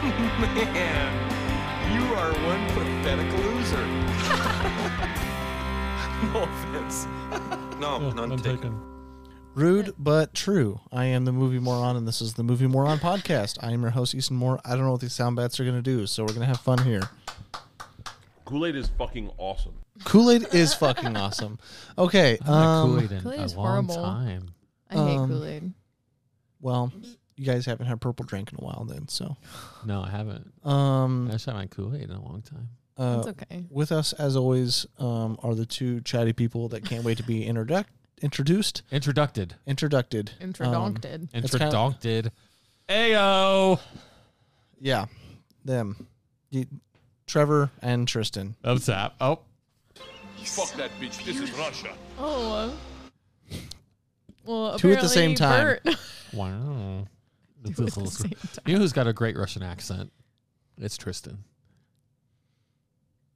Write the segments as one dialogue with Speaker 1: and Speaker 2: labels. Speaker 1: Man, you are one pathetic loser. no offense. No,
Speaker 2: No,
Speaker 1: Oh, none
Speaker 2: none
Speaker 1: taken.
Speaker 3: Rude but true. I am the movie moron, and this is the movie moron podcast. I am your host Easton Moore. I don't know what these sound bats are going to do, so we're going to have fun here.
Speaker 4: Kool Aid is fucking awesome.
Speaker 3: Kool Aid is fucking awesome. Okay,
Speaker 2: Kool
Speaker 3: um,
Speaker 2: Aid in
Speaker 5: Kool-Aid
Speaker 2: a long
Speaker 5: is horrible.
Speaker 2: time.
Speaker 5: I hate
Speaker 3: Um,
Speaker 5: Kool Aid.
Speaker 3: well, you guys haven't had purple drink in a while, then. So,
Speaker 2: No, I haven't. I
Speaker 3: um,
Speaker 2: haven't had Kool Aid in a long time.
Speaker 3: uh,
Speaker 5: That's okay.
Speaker 3: with us as always um, are the two chatty people that can't wait to be introduc- introduced,
Speaker 2: Introducted.
Speaker 3: introducted, um,
Speaker 5: Introducted.
Speaker 3: It's kinda-
Speaker 2: Introducted. Ayo.
Speaker 3: yeah, them, You- Trevor and Tristan.
Speaker 2: Up zap. Oh.
Speaker 4: Fuck that bitch. This is Russia.
Speaker 5: oh. Well,
Speaker 3: Two at the same
Speaker 5: apparently Bert-
Speaker 2: Wow. This
Speaker 5: Two at
Speaker 2: is a
Speaker 5: the
Speaker 2: little-
Speaker 5: same time.
Speaker 2: You know who's got a great Russian accent? It's Tristan.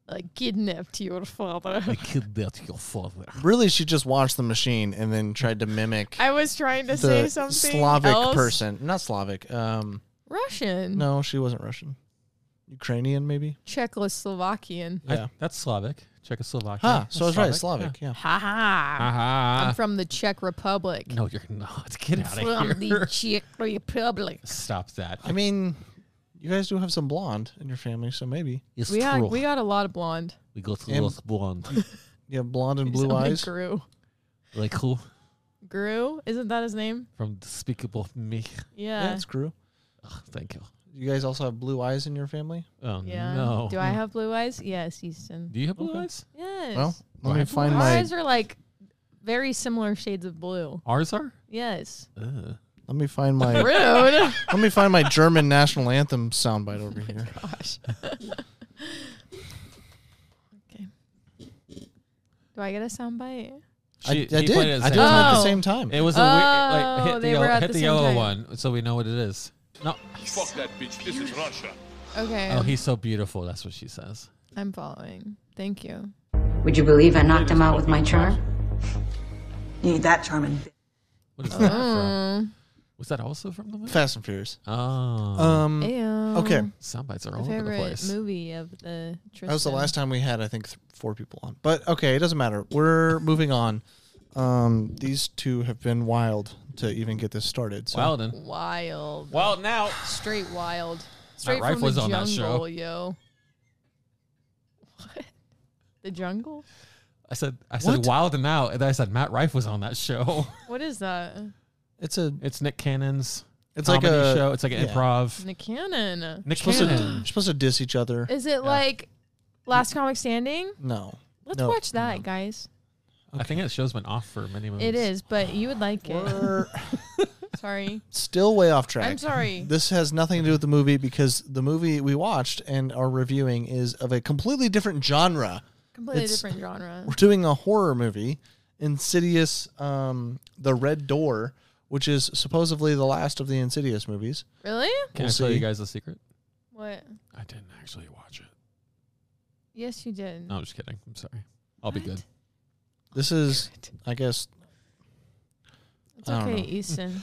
Speaker 5: I kidnapped your father.
Speaker 2: kidnapped your father.
Speaker 3: Really, she just watched the machine and then tried to mimic
Speaker 5: I was trying to say
Speaker 3: the
Speaker 5: something.
Speaker 3: Slavic
Speaker 5: else.
Speaker 3: person, not Slavic. Um,
Speaker 5: Russian.
Speaker 3: no, she wasn't Russian. Ukrainian, maybe.
Speaker 5: Czechoslovakian.
Speaker 3: Yeah.
Speaker 2: that's Slavic. Czechoslovakia.
Speaker 3: Huh.
Speaker 2: That's
Speaker 3: So I was right. Slavic. Yeah.
Speaker 5: Ha
Speaker 2: Yeah.
Speaker 5: ha. I'm from the Czech Republic.
Speaker 2: no, you're not. Get out
Speaker 5: From
Speaker 2: of
Speaker 5: the
Speaker 2: here.
Speaker 5: Czech Republic.
Speaker 2: Stop that.
Speaker 3: I mean, you guys do have some blonde in your family, so maybe
Speaker 2: It's
Speaker 5: We got,
Speaker 2: true.
Speaker 5: we got a lot of blonde.
Speaker 2: we got
Speaker 3: Em-
Speaker 2: lost blonde.
Speaker 3: you have blonde and blue
Speaker 5: His only
Speaker 3: eyes.
Speaker 5: Gru.
Speaker 2: like who?
Speaker 5: Gru? Isn't that his name?
Speaker 2: From Despicable Me.
Speaker 5: Yeah.
Speaker 3: That's true.
Speaker 2: Oh, thank you.
Speaker 3: You guys also have blue eyes in your family.
Speaker 2: Oh
Speaker 5: yeah.
Speaker 2: no.
Speaker 5: Do I have blue eyes? Yes, Easton.
Speaker 2: Do you have blue
Speaker 3: Okay.
Speaker 2: eyes?
Speaker 5: Yes.
Speaker 3: Well, let
Speaker 2: Well, I
Speaker 3: me
Speaker 2: have blue
Speaker 3: find
Speaker 5: Our
Speaker 3: my
Speaker 5: eyes are like very similar shades of blue.
Speaker 2: Ours are.
Speaker 5: Yes.
Speaker 2: Uh,
Speaker 3: let me find my
Speaker 5: Rude.
Speaker 3: let me find my German national anthem soundbite over here.
Speaker 5: Gosh. okay. Do I get a soundbite?
Speaker 3: I, I
Speaker 2: She- he
Speaker 3: did.
Speaker 2: played it
Speaker 3: I
Speaker 2: at
Speaker 3: did
Speaker 2: the same
Speaker 3: it at the
Speaker 5: time.
Speaker 3: same time.
Speaker 2: It was a weird,
Speaker 5: Oh,
Speaker 2: like hit the
Speaker 5: they
Speaker 2: yellow,
Speaker 5: were at
Speaker 2: hit
Speaker 5: the
Speaker 2: the
Speaker 5: same
Speaker 2: yellow
Speaker 5: time.
Speaker 2: one, so we know what it is. No,
Speaker 4: Fuck that bitch. This is Russia.
Speaker 5: Okay.
Speaker 2: oh, he's so beautiful. That's what she says.
Speaker 5: I'm following. Thank you.
Speaker 6: Would you believe I knocked him out with my charm?
Speaker 7: You need that charming bitch.
Speaker 2: What
Speaker 5: Oh.
Speaker 2: is that from? Was that also from the movie?
Speaker 3: Fast and Furious.
Speaker 2: Oh,
Speaker 3: Um.
Speaker 5: Ew.
Speaker 3: Okay.
Speaker 2: sound bites are
Speaker 5: My
Speaker 2: all over the
Speaker 5: favorite
Speaker 2: place.
Speaker 5: movie of the Tristan.
Speaker 3: That was the last time we had, I think, th- four people on. But okay, it doesn't matter. We're moving on. Um, these two have been wild to even get this started. So
Speaker 2: Wilden.
Speaker 5: Wild.
Speaker 2: Well, now
Speaker 5: Straight wild. Straight from
Speaker 2: rifle is
Speaker 5: the
Speaker 2: on that show.
Speaker 5: jungle, yo. What? The jungle?
Speaker 2: I said I said
Speaker 3: What?
Speaker 2: Wilden now, and then I said Matt Rife was on that show.
Speaker 5: What is that?
Speaker 3: it's a
Speaker 2: it's Nick Cannon's.
Speaker 3: it's like
Speaker 2: comedy
Speaker 3: a
Speaker 2: show. It's like an
Speaker 3: yeah.
Speaker 2: improv.
Speaker 5: The cannon.
Speaker 2: Nick
Speaker 3: Supposed to,
Speaker 2: Cannon.
Speaker 3: supposed to diss each other.
Speaker 5: Is it like Last Comic Standing?
Speaker 3: No.
Speaker 5: Let's
Speaker 3: No,
Speaker 5: watch that, guys.
Speaker 2: I think that show's been off for many months.
Speaker 5: It is, but you would like it.
Speaker 3: We're
Speaker 5: Sorry.
Speaker 3: still way off track.
Speaker 5: I'm sorry.
Speaker 3: This has nothing to do with the movie because the movie we watched and are reviewing is of a completely different genre.
Speaker 5: Completely
Speaker 3: it's-
Speaker 5: different genre.
Speaker 3: We're doing a horror movie, Insidious, um, The Red Door, which is supposedly the last of the Insidious movies.
Speaker 5: Really?
Speaker 2: Can
Speaker 3: We'll
Speaker 2: I tell
Speaker 3: see.
Speaker 2: you guys a secret?
Speaker 5: What?
Speaker 2: I didn't actually watch it.
Speaker 5: Yes, you did.
Speaker 2: No, I'm just kidding. I'm sorry. I'll be
Speaker 5: What?
Speaker 2: good.
Speaker 3: This is, I guess,
Speaker 5: It's
Speaker 3: I don't
Speaker 5: okay,
Speaker 3: know.
Speaker 5: Easton.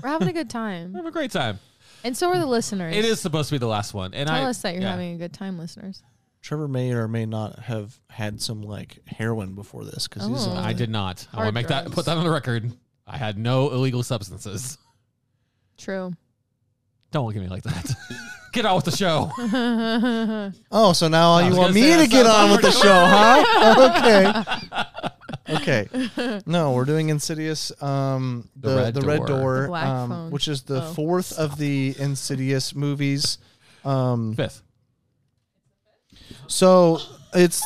Speaker 5: We're having a good time.
Speaker 2: Have a great time.
Speaker 5: And so are the listeners.
Speaker 2: It is supposed to be the last one, and
Speaker 5: Tell
Speaker 2: I
Speaker 5: us that you're
Speaker 2: yeah.
Speaker 5: having a good time, listeners.
Speaker 3: Trevor may or may not have had some like heroin before this because he's.
Speaker 5: Oh.
Speaker 3: on
Speaker 2: I
Speaker 3: the-
Speaker 2: did not. I want to
Speaker 5: Hard
Speaker 2: make that
Speaker 5: drugs.
Speaker 2: put that on the record. I had no illegal substances.
Speaker 5: True.
Speaker 2: Don't look at me like that. Get out with the show.
Speaker 3: Oh, so now
Speaker 2: I
Speaker 3: you
Speaker 2: was gonna
Speaker 3: want me
Speaker 2: say,
Speaker 3: to
Speaker 2: that
Speaker 3: get
Speaker 2: sounds
Speaker 3: on with the
Speaker 2: like
Speaker 3: show, huh? Okay. Okay. No, we're doing Insidious, um, the,
Speaker 2: The
Speaker 3: the, Red,
Speaker 2: Red
Speaker 3: Door,
Speaker 2: Door.
Speaker 5: The Black
Speaker 3: um,
Speaker 5: Phone.
Speaker 3: which is the
Speaker 5: Oh.
Speaker 3: fourth of the Insidious movies. Um,
Speaker 2: Fifth.
Speaker 3: so it's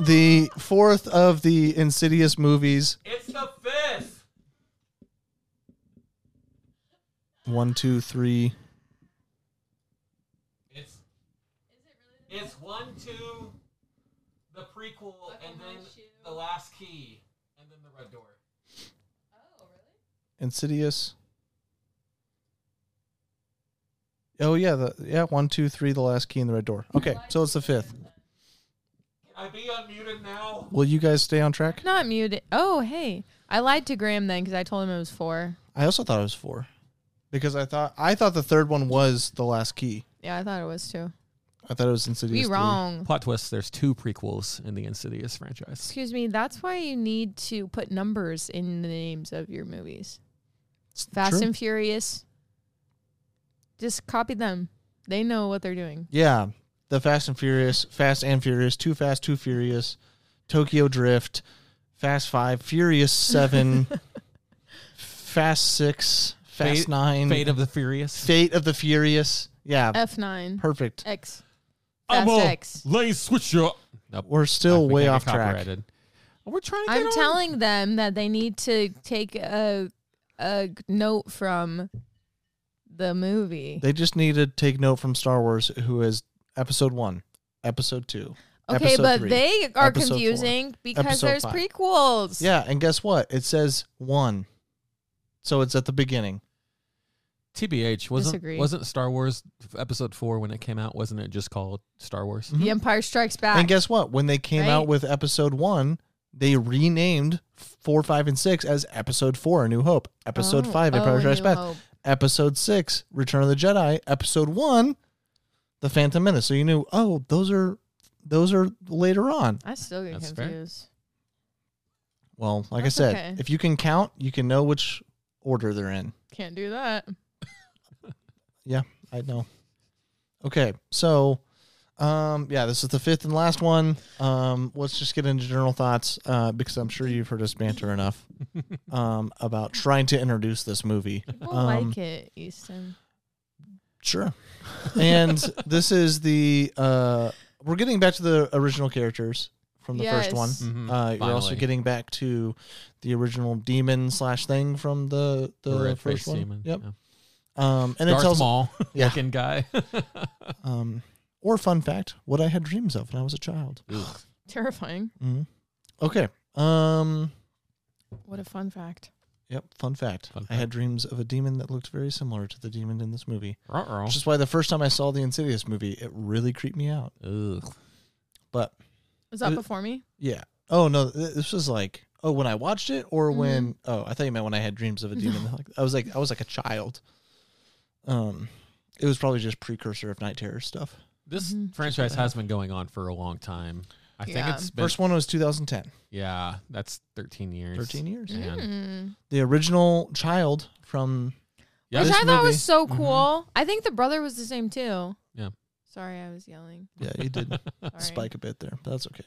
Speaker 3: the fourth of the Insidious movies.
Speaker 2: It's the fifth.
Speaker 3: One, two, three.
Speaker 2: It's it's one, two, the prequel, and then the last key, and then the red door.
Speaker 3: Insidious. Oh yeah, the yeah one two three the last key in the red door. Okay, so it's the fifth.
Speaker 2: Can I be unmuted now?
Speaker 3: Will you guys stay on track?
Speaker 5: Not muted. Oh, hey. I lied to Graham then because I told him it was four.
Speaker 3: I also thought it was four, because I thought I thought the third one was the last key.
Speaker 5: Yeah, I thought it was too.
Speaker 3: I thought it was Insidious.
Speaker 5: We
Speaker 3: three.
Speaker 5: wrong.
Speaker 2: Plot twist: There's two prequels in the Insidious franchise.
Speaker 5: Excuse me. That's why you need to put numbers in the names of your movies. Fast
Speaker 3: true.
Speaker 5: and Furious. Just copy them. They know what they're doing.
Speaker 3: Yeah, the Fast and Furious, Fast and Furious, Too Fast, Too Furious, Tokyo Drift, Fast Five, Furious Seven, Fast Six, Fast
Speaker 2: Fate-
Speaker 3: Nine,
Speaker 2: Fate of the Furious.
Speaker 3: Fate of the Furious. Yeah,
Speaker 5: Um, F9.
Speaker 3: perfect.
Speaker 5: X. Fast X.
Speaker 2: lane switcher. Nope.
Speaker 3: We're still
Speaker 2: We
Speaker 3: way
Speaker 2: can't
Speaker 3: off
Speaker 2: get
Speaker 3: track.
Speaker 2: copyrighted. We're trying. To
Speaker 5: I'm
Speaker 2: get on.
Speaker 5: telling them that they need to take a a note from the movie.
Speaker 3: They just need to take note from Star Wars, who is Episode One, Episode Two.
Speaker 5: okay,
Speaker 3: episode
Speaker 5: but
Speaker 3: three,
Speaker 5: they are
Speaker 3: episode four,
Speaker 5: confusing because
Speaker 3: episode
Speaker 5: there's
Speaker 3: five.
Speaker 5: prequels.
Speaker 3: Yeah, and guess what? It says one, so it's at the beginning.
Speaker 2: TBH wasn't
Speaker 5: Disagree.
Speaker 2: wasn't Star Wars f- Episode Four when it came out? Wasn't it just called Star Wars?
Speaker 3: Mm,
Speaker 5: The Empire Strikes Back.
Speaker 3: And guess what? When they came out
Speaker 5: Right.
Speaker 3: with episode one, they renamed four, five, and six as episode four, A New Hope, episode
Speaker 5: Oh,
Speaker 3: five,
Speaker 5: oh,
Speaker 3: Empire
Speaker 5: A
Speaker 3: Strikes
Speaker 5: New
Speaker 3: Back,
Speaker 5: Hope.
Speaker 3: episode six, Return of the Jedi, episode one, The Phantom Menace. So you knew, oh, those are those are later on.
Speaker 5: I still get
Speaker 2: That's fair.
Speaker 5: confused.
Speaker 3: Well, like
Speaker 5: That's
Speaker 3: I said,
Speaker 5: okay.
Speaker 3: if you can count, you can know which order they're in.
Speaker 5: Can't do that.
Speaker 3: Yeah, I know. Okay, so um yeah, this is the fifth and last one. Um let's just get into general thoughts uh because I'm sure you've heard us banter enough um about trying to introduce this movie.
Speaker 5: People
Speaker 3: Um,
Speaker 5: like it, Easton.
Speaker 3: Sure. And this is the uh we're getting back to the original characters from the first one.
Speaker 5: Yes.
Speaker 2: Mhm,
Speaker 3: Uh, you're also
Speaker 2: finally.
Speaker 3: getting back to the original demon slash thing from the the
Speaker 2: Red-faced
Speaker 3: first one.
Speaker 2: demon,
Speaker 3: Yep.
Speaker 2: yeah.
Speaker 3: Um, and
Speaker 2: Darth
Speaker 3: it tells
Speaker 2: Maul
Speaker 3: Yeah.
Speaker 2: looking guy.
Speaker 3: Um, or fun fact, what I had dreams of when I was a child.
Speaker 5: Terrifying.
Speaker 3: Mm-hmm. Okay. Um.
Speaker 5: What a fun fact.
Speaker 3: Yep. Fun fact.
Speaker 2: Fun
Speaker 3: I had dreams of a demon that looked very similar to the demon in this movie,
Speaker 2: Ruh-roh.
Speaker 3: which is why the first time I saw the Insidious movie, it really creeped me out.
Speaker 2: Ugh.
Speaker 3: But
Speaker 5: Was that
Speaker 3: Uh,
Speaker 5: before me?
Speaker 3: yeah. Oh no, th- this was like oh when I watched it or when oh I thought you meant when I had dreams of a demon. Like, I was like I was like a child. Um, it was probably just precursor of night terror stuff.
Speaker 5: Mm-hmm.
Speaker 2: This franchise has been going on for a long time. I think
Speaker 5: Yeah.
Speaker 2: it's been,
Speaker 3: First one was 2010,
Speaker 2: yeah, that's 13 years.
Speaker 3: 13 years.
Speaker 2: Man.
Speaker 5: Mm.
Speaker 3: The original child from
Speaker 2: Yeah, Mm-hmm.
Speaker 5: Which
Speaker 3: this
Speaker 5: I thought
Speaker 3: movie-
Speaker 5: was so cool. I think the brother was the same too.
Speaker 2: Yeah.
Speaker 5: Sorry, I was yelling.
Speaker 3: yeah you did
Speaker 5: Sorry.
Speaker 3: spike a bit there, but that's okay.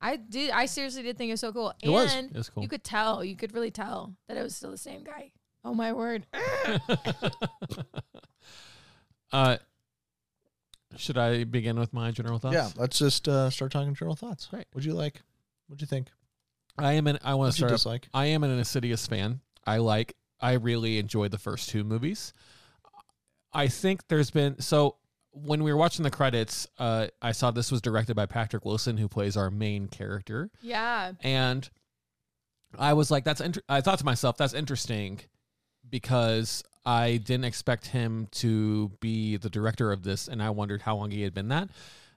Speaker 5: I did. I seriously did think it was so cool.
Speaker 3: It
Speaker 5: and
Speaker 3: was.
Speaker 2: It was cool.
Speaker 5: You could tell. You could really tell that it was still the same guy. Oh my word!
Speaker 2: uh, should I begin with my general thoughts?
Speaker 3: Yeah, let's just uh, start talking general thoughts.
Speaker 2: Great.
Speaker 3: What'd you like? What'd you think?
Speaker 2: I am an I want
Speaker 3: What'd
Speaker 2: to
Speaker 3: you
Speaker 2: start up-
Speaker 3: dislike?
Speaker 2: I am an Insidious fan. I like I really enjoyed the first two movies. I think there's been so when we were watching the credits, uh, I saw this was directed by Patrick Wilson, who plays our main character.
Speaker 5: Yeah.
Speaker 2: and I was like, "That's." Inter-. I thought to myself, "That's interesting," because I didn't expect him to be the director of this, and I wondered how long he had been that.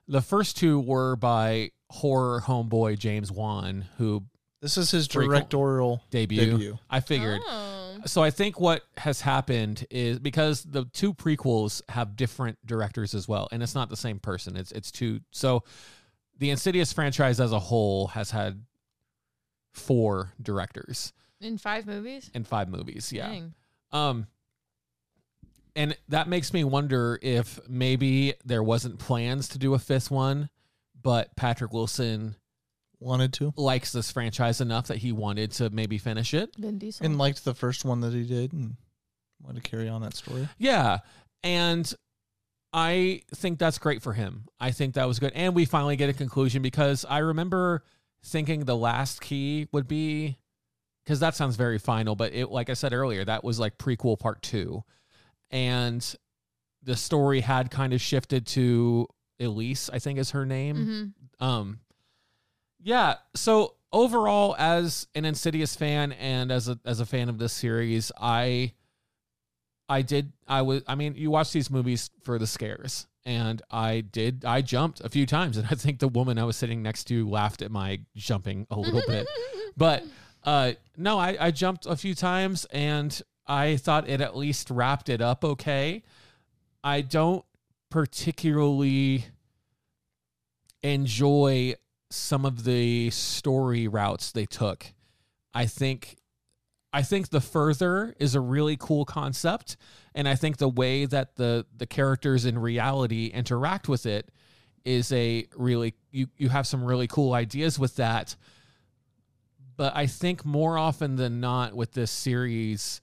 Speaker 2: The first two were by horror homeboy James Wan, who
Speaker 3: This is his
Speaker 2: Prequel.
Speaker 3: directorial
Speaker 2: debut.
Speaker 3: Debut.
Speaker 2: I figured.
Speaker 5: Oh.
Speaker 2: So I think what has happened is because the two prequels have different directors as well, and it's not the same person. It's it's two. So the Insidious franchise as a whole has had four directors
Speaker 5: In five movies.
Speaker 2: in five movies. Yeah.
Speaker 5: Dang.
Speaker 2: Um and that makes me wonder if maybe there wasn't plans to do a fifth one, but Patrick Wilson
Speaker 3: wanted to
Speaker 2: likes this franchise enough that he wanted to maybe finish it.
Speaker 5: Vin Diesel.
Speaker 3: and liked the first one that he did and wanted to carry on that story.
Speaker 2: Yeah. And I think that's great for him. I think that was good. And we finally get a conclusion because I remember thinking the last key would be because that sounds very final, but it like I said earlier, that was like prequel part two. And the story had kind of shifted to Elise, I think is her name.
Speaker 5: Mhm.
Speaker 2: Um, yeah. So overall, as an Insidious fan and as a as a fan of this series, I I did I was I mean, you watch these movies for the scares, and I did I jumped a few times, and I think the woman I was sitting next to laughed at my jumping a little bit, but uh, no, I I jumped a few times, and I thought it at least wrapped it up okay. I don't particularly enjoy some of the story routes they took. I think I think the further is a really cool concept and I think the way that the the characters in reality interact with it is a really you you have some really cool ideas with that. But I think more often than not with this series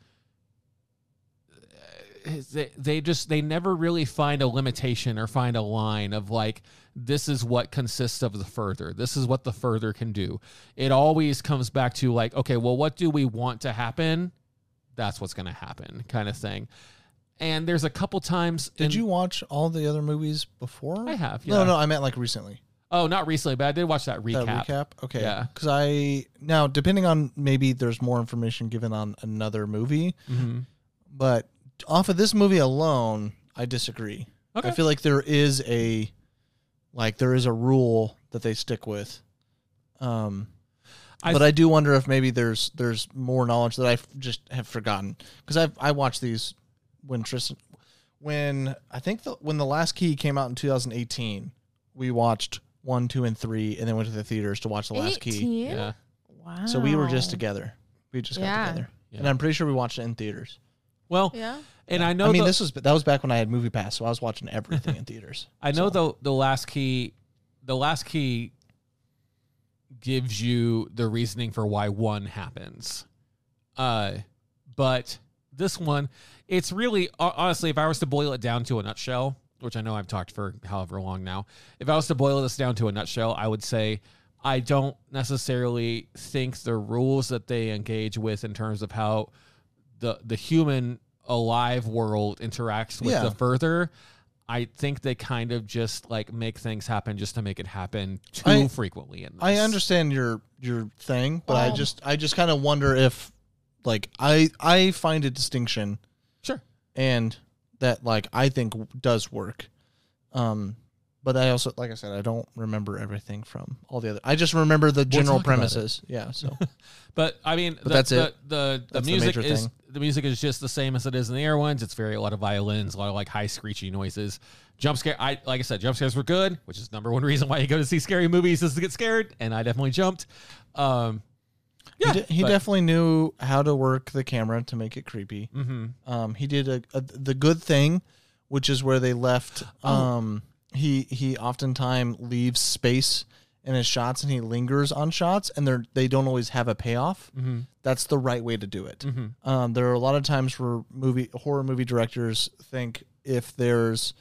Speaker 2: eh, they, they just they never really find a limitation or find a line of like this is what consists of the further this is what the further can do it always comes back to like okay well what do we want to happen that's what's going to happen kind of thing and there's a couple times in-
Speaker 3: Did you watch all the other movies before?
Speaker 2: I have, yeah.
Speaker 3: No, no, I meant like recently.
Speaker 2: oh not recently but i did watch that recap,
Speaker 3: That recap. Okay.
Speaker 2: Yeah.
Speaker 3: Because I now depending on maybe there's more information given on another movie,
Speaker 2: Mhm.
Speaker 3: but off of this movie alone, I disagree.
Speaker 2: Okay.
Speaker 3: I feel like there is a like there is a rule that they stick with. Um
Speaker 2: I
Speaker 3: but I do wonder if maybe there's there's more knowledge that I f- just have forgotten because I I watched these when Tristan when I think the, when the last key came out in 2018 we watched one two and three and then went to the theaters to watch the last key
Speaker 5: 18?
Speaker 2: yeah
Speaker 5: Wow.
Speaker 3: so we were just together we just
Speaker 5: Oh. Yeah.
Speaker 3: got together and
Speaker 2: Yeah.
Speaker 3: I'm pretty sure we watched it in theaters
Speaker 2: well
Speaker 5: Yeah.
Speaker 2: and i know
Speaker 3: I mean
Speaker 2: the-
Speaker 3: this was that was back when I had movie pass so I was watching everything in theaters
Speaker 2: I know the the last key the last key gives you the reasoning for why one happens. Uh but this one it's really ho- honestly if I was to boil it down to a nutshell, which I know I've talked for however long now, if I was to boil this down to a nutshell, I would say I don't necessarily think the rules that they engage with in terms of how the the human alive world interacts with
Speaker 3: Yeah.
Speaker 2: the further I think they kind of just like make things happen just to make it happen too
Speaker 3: I-
Speaker 2: frequently. In this.
Speaker 3: I understand your your thing, but I
Speaker 5: Wow.
Speaker 3: just I just kind of wonder if like I I find a distinction
Speaker 2: Sure.
Speaker 3: and that like I think w- does work. Um but I also like I said I don't remember everything from all the other. I just remember the general
Speaker 2: talk about it.
Speaker 3: premises. Yeah, so
Speaker 2: But I mean, the,
Speaker 3: that's
Speaker 2: the,
Speaker 3: it.
Speaker 2: The, the,
Speaker 3: That's the
Speaker 2: music
Speaker 3: major
Speaker 2: is
Speaker 3: thing.
Speaker 2: the music is just the same as it is in the air ones. It's very a lot of violins, a lot of like high screechy noises. Jump scare. I like I said, jump scares were good, which is number one reason why you go to see scary movies is to get scared, and I definitely jumped. Um, yeah,
Speaker 3: he, de- he
Speaker 2: but-
Speaker 3: definitely knew how to work the camera to make it creepy.
Speaker 2: Mhm.
Speaker 3: Um, he did a, a the good thing, which is where they left.
Speaker 2: Oh.
Speaker 3: Um, he he oftentimes leaves space in his shots and he lingers on shots and they're they don't always have a payoff.
Speaker 2: Mm-hmm.
Speaker 3: That's the right way to do it. Um, there are a lot of times where movie horror movie directors think if there's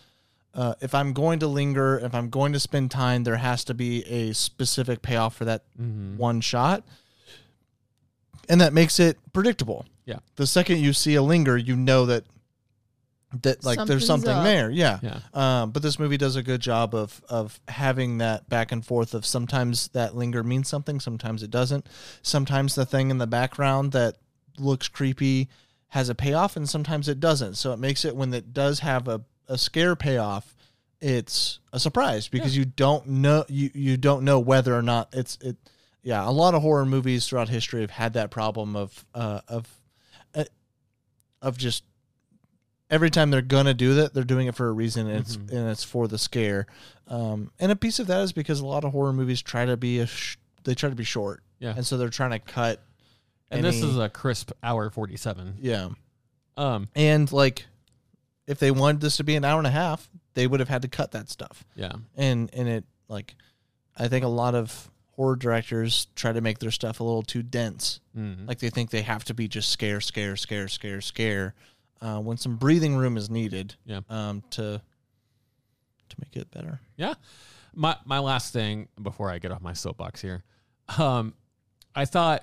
Speaker 3: uh, if I'm going to linger, if I'm going to spend time, there has to be a specific payoff for that
Speaker 2: Mm-hmm.
Speaker 3: one shot and that makes it predictable.
Speaker 2: Yeah.
Speaker 3: The second you see a linger, you know that that like
Speaker 5: Something's
Speaker 3: there's something
Speaker 5: up.
Speaker 3: there. Yeah.
Speaker 2: Yeah.
Speaker 3: Um, but this movie does a good job of of having that back and forth of sometimes that linger means something, sometimes it doesn't. Sometimes the thing in the background that looks creepy has a payoff and sometimes it doesn't. So it makes it when it does have a, a scare payoff, it's a surprise because you don't know you, you don't know whether or not it's it yeah, a lot of horror movies throughout history have had that problem of uh, of uh, of just every time they're gonna do that, they're doing it for a reason, and it's
Speaker 2: Mm-hmm.
Speaker 3: and it's for the scare. Um, and a piece of that is because a lot of horror movies try to be a sh- they try to be short,
Speaker 2: Yeah.
Speaker 3: and so they're trying to cut.
Speaker 2: and this
Speaker 3: any-
Speaker 2: is a crisp hour forty seven.
Speaker 3: yeah,
Speaker 2: Um,
Speaker 3: and like if they wanted this to be an hour and a half, they would have had to cut that stuff
Speaker 2: yeah.
Speaker 3: and and it like i think a lot of horror directors try to make their stuff a little too dense
Speaker 2: Mm-hmm.
Speaker 3: like they think they have to be just scare scare scare scare scare uh, when some breathing room is needed
Speaker 2: Yeah.
Speaker 3: um, to to make it better
Speaker 2: Yeah. My my last thing before I get off my soapbox here. Um I thought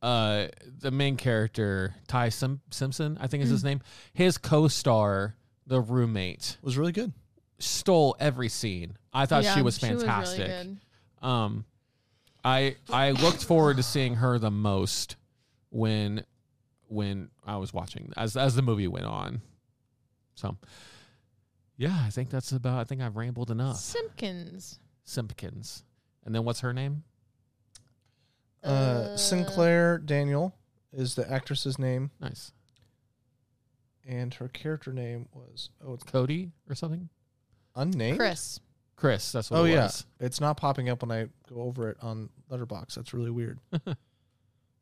Speaker 2: uh the main character, Ty Sim- Simpson, I think is his
Speaker 5: Mm.
Speaker 2: name, his co-star, the roommate,
Speaker 3: was really good
Speaker 2: stole every scene. I thought
Speaker 5: Yeah,
Speaker 2: she was
Speaker 5: she was really
Speaker 2: fantastic.
Speaker 5: good.
Speaker 2: um I I looked forward to seeing her the most when when I was watching as as the movie went on. So yeah, I think that's about I think I've rambled enough.
Speaker 5: Simpkins.
Speaker 2: Simpkins. And then what's her name?
Speaker 3: uh, sinclair daniel is the actress's name
Speaker 2: Nice.
Speaker 3: and her character name was oh it's
Speaker 2: Cody or something?
Speaker 3: Unnamed.
Speaker 5: Chris.
Speaker 2: Chris, that's what
Speaker 3: Oh
Speaker 2: it
Speaker 3: yeah,
Speaker 2: was.
Speaker 3: it's not popping up when I go over it on Letterbox. That's really weird. but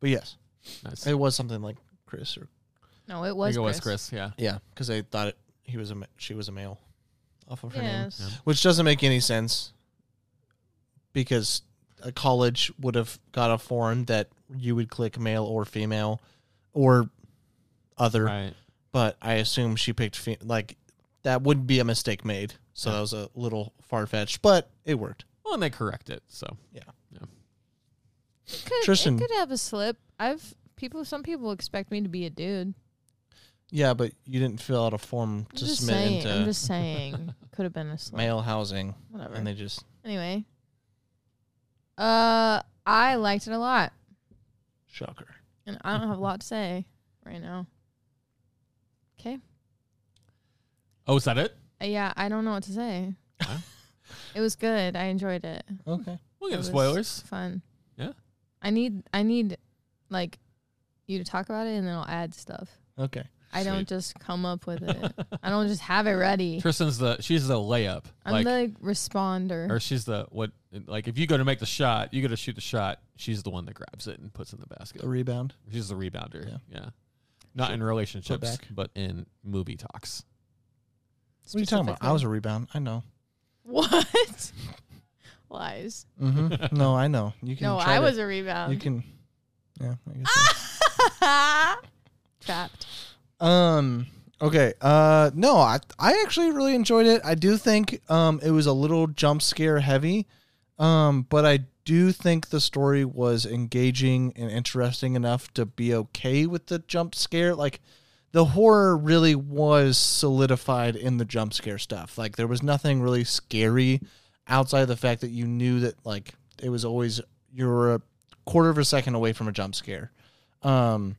Speaker 3: yes,
Speaker 2: Nice.
Speaker 3: it was something like Chris or
Speaker 5: No, it
Speaker 2: I
Speaker 5: was
Speaker 2: think it
Speaker 5: Chris.
Speaker 2: was Chris. Yeah.
Speaker 3: yeah, because they thought it, he was a ma- she was a male off of her name,
Speaker 5: Yes.
Speaker 3: which doesn't make any sense because a college would have got a form that you would click male or female or other.
Speaker 2: Right.
Speaker 3: but I assume she picked fe- like that wouldn't be a mistake made. So that was a little far fetched, but it worked.
Speaker 2: Well, and they correct it. So
Speaker 5: It could,
Speaker 3: Tristan.
Speaker 5: It could have a slip. I've people. Some people expect me to be a dude.
Speaker 3: Yeah, but you didn't fill out a form
Speaker 5: I'm
Speaker 3: to
Speaker 5: just
Speaker 3: submit
Speaker 5: saying. I'm
Speaker 3: into
Speaker 5: just saying. Could have been a slip.
Speaker 3: male housing,
Speaker 5: Whatever.
Speaker 3: and they just
Speaker 5: anyway. Uh, I liked it a lot,
Speaker 3: shocker.
Speaker 5: and I don't have a lot to say right now. Okay.
Speaker 2: Oh, is that it?
Speaker 5: Uh, yeah, I don't know what to say.
Speaker 2: Huh?
Speaker 5: it was good. I enjoyed it.
Speaker 3: Okay,
Speaker 2: We'll get
Speaker 5: It
Speaker 2: to
Speaker 5: was
Speaker 2: spoilers.
Speaker 5: Fun.
Speaker 2: Yeah.
Speaker 5: I need. I need, like, you to talk about it, and then I'll add stuff.
Speaker 3: okay.
Speaker 5: I don't just come up with it. I don't just have it ready.
Speaker 2: Tristan's the she's the layup.
Speaker 5: I'm
Speaker 2: like
Speaker 5: the responder.
Speaker 2: or she's the what like if you go to make the shot, you go to shoot the shot, she's the one that grabs it and puts it in the basket.
Speaker 3: The rebound.
Speaker 2: She's the rebounder.
Speaker 3: Yeah.
Speaker 2: Yeah. Not in relationships,
Speaker 3: back.
Speaker 2: but in movie talks.
Speaker 3: What are you talking about? I was a rebound. I know.
Speaker 5: What? Lies.
Speaker 3: Mm-hmm. no, I know. You can.
Speaker 5: No,
Speaker 3: try
Speaker 5: I
Speaker 3: to-
Speaker 5: was a rebound.
Speaker 3: You can. Yeah. I guess so.
Speaker 5: Trapped.
Speaker 3: Um. Okay. Uh. No. I I actually really enjoyed it. I do think um it was a little jump scare heavy, um. But I do think the story was engaging and interesting enough to be okay with the jump scare. Like, the horror really was solidified in the jump scare stuff. Like, there was nothing really scary outside of the fact that you knew that like it was always you were a quarter of a second away from a jump scare. Um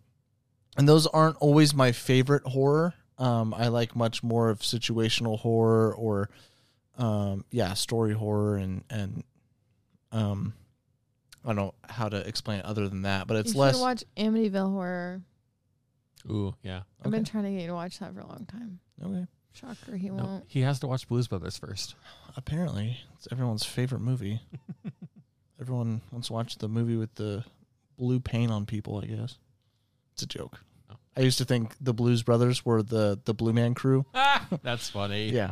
Speaker 3: and those aren't always my favorite horror. Um, I like much more of situational horror or, um, yeah, story horror and and, um, I don't know how to explain it other than that, but it's
Speaker 5: you
Speaker 3: less.
Speaker 5: should watch Amityville Horror.
Speaker 2: Ooh, yeah.
Speaker 5: I've been
Speaker 3: Okay.
Speaker 5: trying to get you to watch that for a long time.
Speaker 3: okay.
Speaker 5: Shocker, he
Speaker 2: No,
Speaker 5: won't.
Speaker 2: he has to watch Blues Brothers first.
Speaker 3: Apparently, it's everyone's favorite movie. Everyone wants to watch the movie with the blue paint on people. I guess it's a joke.
Speaker 2: Oh.
Speaker 3: I used to think the Blues Brothers were the the Blue Man Crew.
Speaker 2: That's funny.
Speaker 3: Yeah.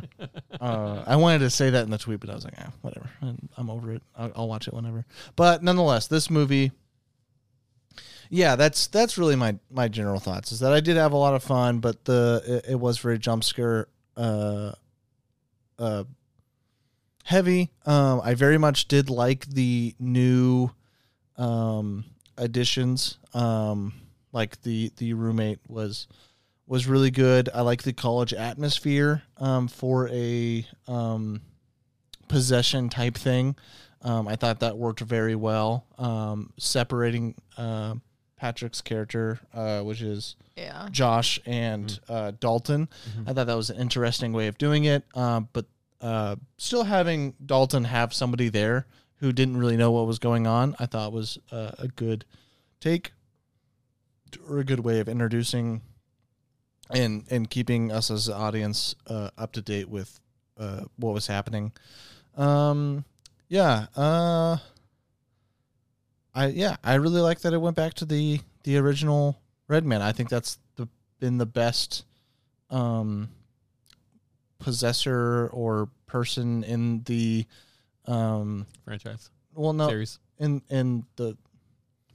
Speaker 3: Uh, I wanted to say that in the tweet, but I was like, ah, whatever. I'm- I'm over it. I'll, I'll watch it whenever. But nonetheless, this movie. Yeah, that's that's really my my general thoughts is that I did have a lot of fun, but the it, it was very jump scare uh, uh, heavy. Um, I very much did like the new um, additions. Um, like the the roommate was was really good. I like the college atmosphere um, for a um, possession type thing. Um, I thought that worked very well. Um, separating uh, Patrick's character, uh, which is
Speaker 5: Yeah.
Speaker 3: Josh and uh, Dalton, I thought that was an interesting way of doing it. Um, but uh, still having Dalton have somebody there who didn't really know what was going on, I thought was uh, a good take or a good way of introducing and and keeping us as the audience uh, up to date with uh, what was happening. Um, yeah, uh, I yeah, I really like that it went back to the the original Redman. I think that's the been the best um, possessor or person in the um,
Speaker 2: Franchise.
Speaker 3: well no
Speaker 2: Series.
Speaker 3: in in the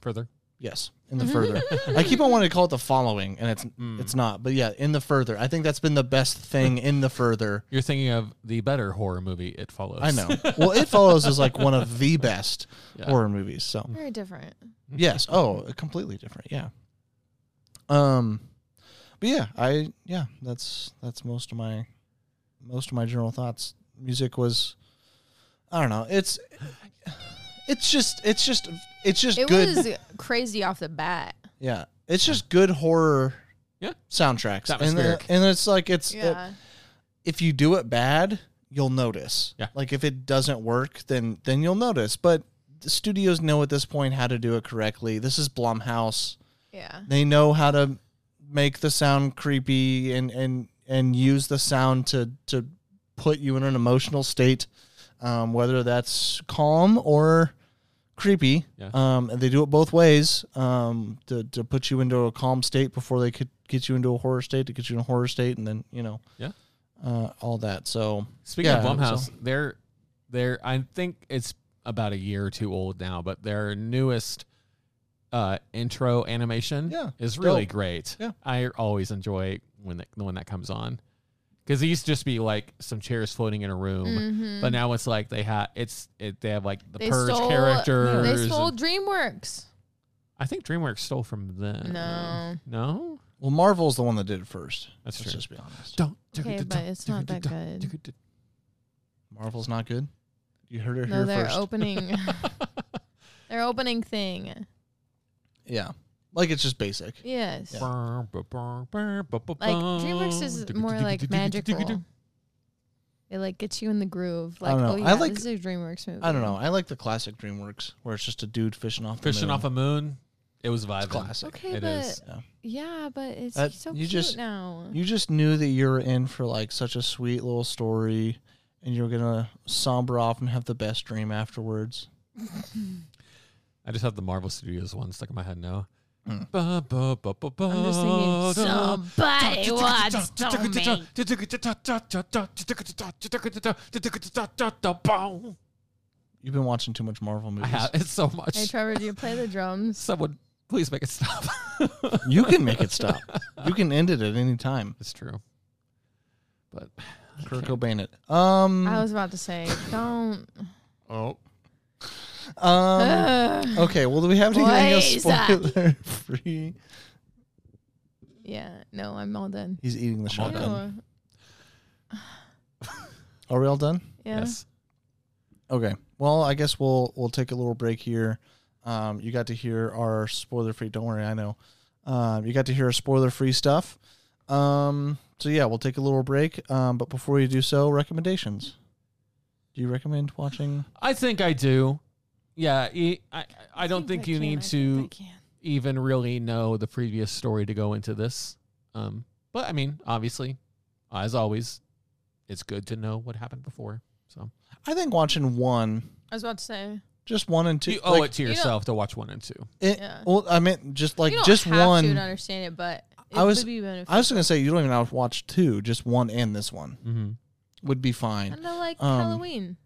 Speaker 2: Further.
Speaker 3: Yes, in the further. I keep on wanting to call it the following, and it's
Speaker 2: Mm-hmm.
Speaker 3: it's not. But yeah, in the further. I think that's been the best thing in the further.
Speaker 2: You're thinking of the better horror movie it follows.
Speaker 3: I know. Well, it follows is like one of the best horror movies. So
Speaker 5: Very different.
Speaker 3: yes, oh, completely different. Yeah. Um, but yeah, I yeah, that's that's most of my most of my general thoughts. Music was, I don't know. It's it's just it's just it's just
Speaker 5: It
Speaker 3: good.
Speaker 5: was crazy off the bat.
Speaker 3: Yeah, it's just good horror.
Speaker 2: Yeah.
Speaker 3: soundtracks, and the,
Speaker 2: Atmospheric.
Speaker 3: and it's like it's
Speaker 5: Yeah.
Speaker 3: if you do it bad, you'll notice.
Speaker 2: Yeah.
Speaker 3: like if it doesn't work, then then you'll notice. But the studios know at this point how to do it correctly. This is Blumhouse.
Speaker 5: yeah.
Speaker 3: They know how to make the sound creepy and and and use the sound to to put you in an emotional state, um, whether that's calm or creepy.
Speaker 2: Yeah.
Speaker 3: Um, and they do it both ways um, to, to put you into a calm state before they could get you into a horror state, to get you in a horror state, and then, you know,
Speaker 2: Yeah.
Speaker 3: uh, all that. So,
Speaker 2: Speaking of
Speaker 3: Yeah,
Speaker 2: Blumhouse,
Speaker 3: so-
Speaker 2: they're they're I think it's about a year or two old now, but their newest uh, intro animation
Speaker 3: Yeah,
Speaker 2: is
Speaker 3: dope.
Speaker 2: really great.
Speaker 3: Yeah.
Speaker 2: I always enjoy when that when that comes on because it used to just be like some chairs floating in a room, but now it's like they have it's it, they have like the
Speaker 5: Mm-hmm. They
Speaker 2: purge
Speaker 5: stole-
Speaker 2: characters.
Speaker 5: They stole
Speaker 2: and-
Speaker 5: DreamWorks.
Speaker 2: I think DreamWorks stole from them.
Speaker 5: No.
Speaker 2: no,
Speaker 3: well, Marvel's the one that did it first.
Speaker 2: That's
Speaker 3: Let's
Speaker 2: true.
Speaker 3: just be honest.
Speaker 2: don't.
Speaker 5: Okay, but it's not that good.
Speaker 3: Marvel's not good. You heard it
Speaker 5: No,
Speaker 3: here
Speaker 5: they're
Speaker 3: first.
Speaker 5: opening. their opening thing.
Speaker 3: yeah. Like it's just basic.
Speaker 5: Yes.
Speaker 3: Yeah.
Speaker 5: Like DreamWorks is more like magical. It like gets you in the groove.
Speaker 3: I
Speaker 5: Like,
Speaker 3: don't know.
Speaker 5: oh
Speaker 3: I
Speaker 5: yeah,
Speaker 3: like-
Speaker 5: this is a DreamWorks movie.
Speaker 3: I don't know. I like the classic DreamWorks where it's just a dude fishing off the
Speaker 2: Fishing
Speaker 3: moon.
Speaker 2: off a moon. It was vibing.
Speaker 3: classic.
Speaker 5: Okay,
Speaker 2: It
Speaker 5: but
Speaker 2: is.
Speaker 3: Yeah.
Speaker 5: yeah, but it's
Speaker 3: That-
Speaker 5: so
Speaker 3: you
Speaker 5: cute
Speaker 3: just-
Speaker 5: now.
Speaker 3: You just knew that you were in for like such a sweet little story, and you were gonna somber off and have the best dream afterwards.
Speaker 2: I just have the Marvel Studios one stuck in my head now. I'm
Speaker 5: I'm just thinking, somebody wants to make
Speaker 3: You've been watching too much Marvel
Speaker 2: I
Speaker 3: movies.
Speaker 2: have it's so much.
Speaker 5: Hey Trevor, do you play the drums?
Speaker 2: Someone please make it stop.
Speaker 3: You can make it stop. you can end it at any time.
Speaker 2: it's true. But
Speaker 3: Kurt Cobain it. Um.
Speaker 5: I was about to say, don't.
Speaker 3: oh. Um.
Speaker 5: Ugh.
Speaker 3: okay. Well, do we have anything else
Speaker 5: Boys, uh,
Speaker 3: spoiler free?
Speaker 5: yeah, no, I'm all done.
Speaker 3: He's eating the
Speaker 2: I'm all
Speaker 3: shotgun.
Speaker 5: Ew.
Speaker 3: Are we all done?
Speaker 5: Yeah.
Speaker 2: yes.
Speaker 3: Okay. Well, I guess we'll we'll take a little break here. Um, you got to hear our spoiler free. Don't worry, I know. Um, you got to hear our spoiler free stuff. Um, so yeah, we'll take a little break. Um, but before you do so, recommendations. Do you recommend watching?
Speaker 2: I think I do. Yeah, e- I, I don't think,
Speaker 5: I
Speaker 2: you
Speaker 5: can,
Speaker 2: need
Speaker 5: I
Speaker 2: to
Speaker 5: think I can.
Speaker 2: even really know the previous story to go into this. Um, but I mean, obviously, as always, it's good to know what happened before. So
Speaker 3: I think watching one,
Speaker 5: I was about to say,
Speaker 3: just one and two.
Speaker 2: you oh, owe
Speaker 3: like,
Speaker 2: it to
Speaker 5: you know-
Speaker 2: yourself to watch one and two.
Speaker 3: it-
Speaker 5: yeah.
Speaker 3: Well, I meant just like
Speaker 5: you don't
Speaker 3: just
Speaker 5: have
Speaker 3: one.
Speaker 5: to to understand it, but it
Speaker 3: I was-
Speaker 5: would be beneficial.
Speaker 3: I was gonna say you don't even have to watch two. Just one and this one
Speaker 2: Mm-hmm.
Speaker 3: would be fine.
Speaker 5: And I like
Speaker 3: um,
Speaker 5: Halloween.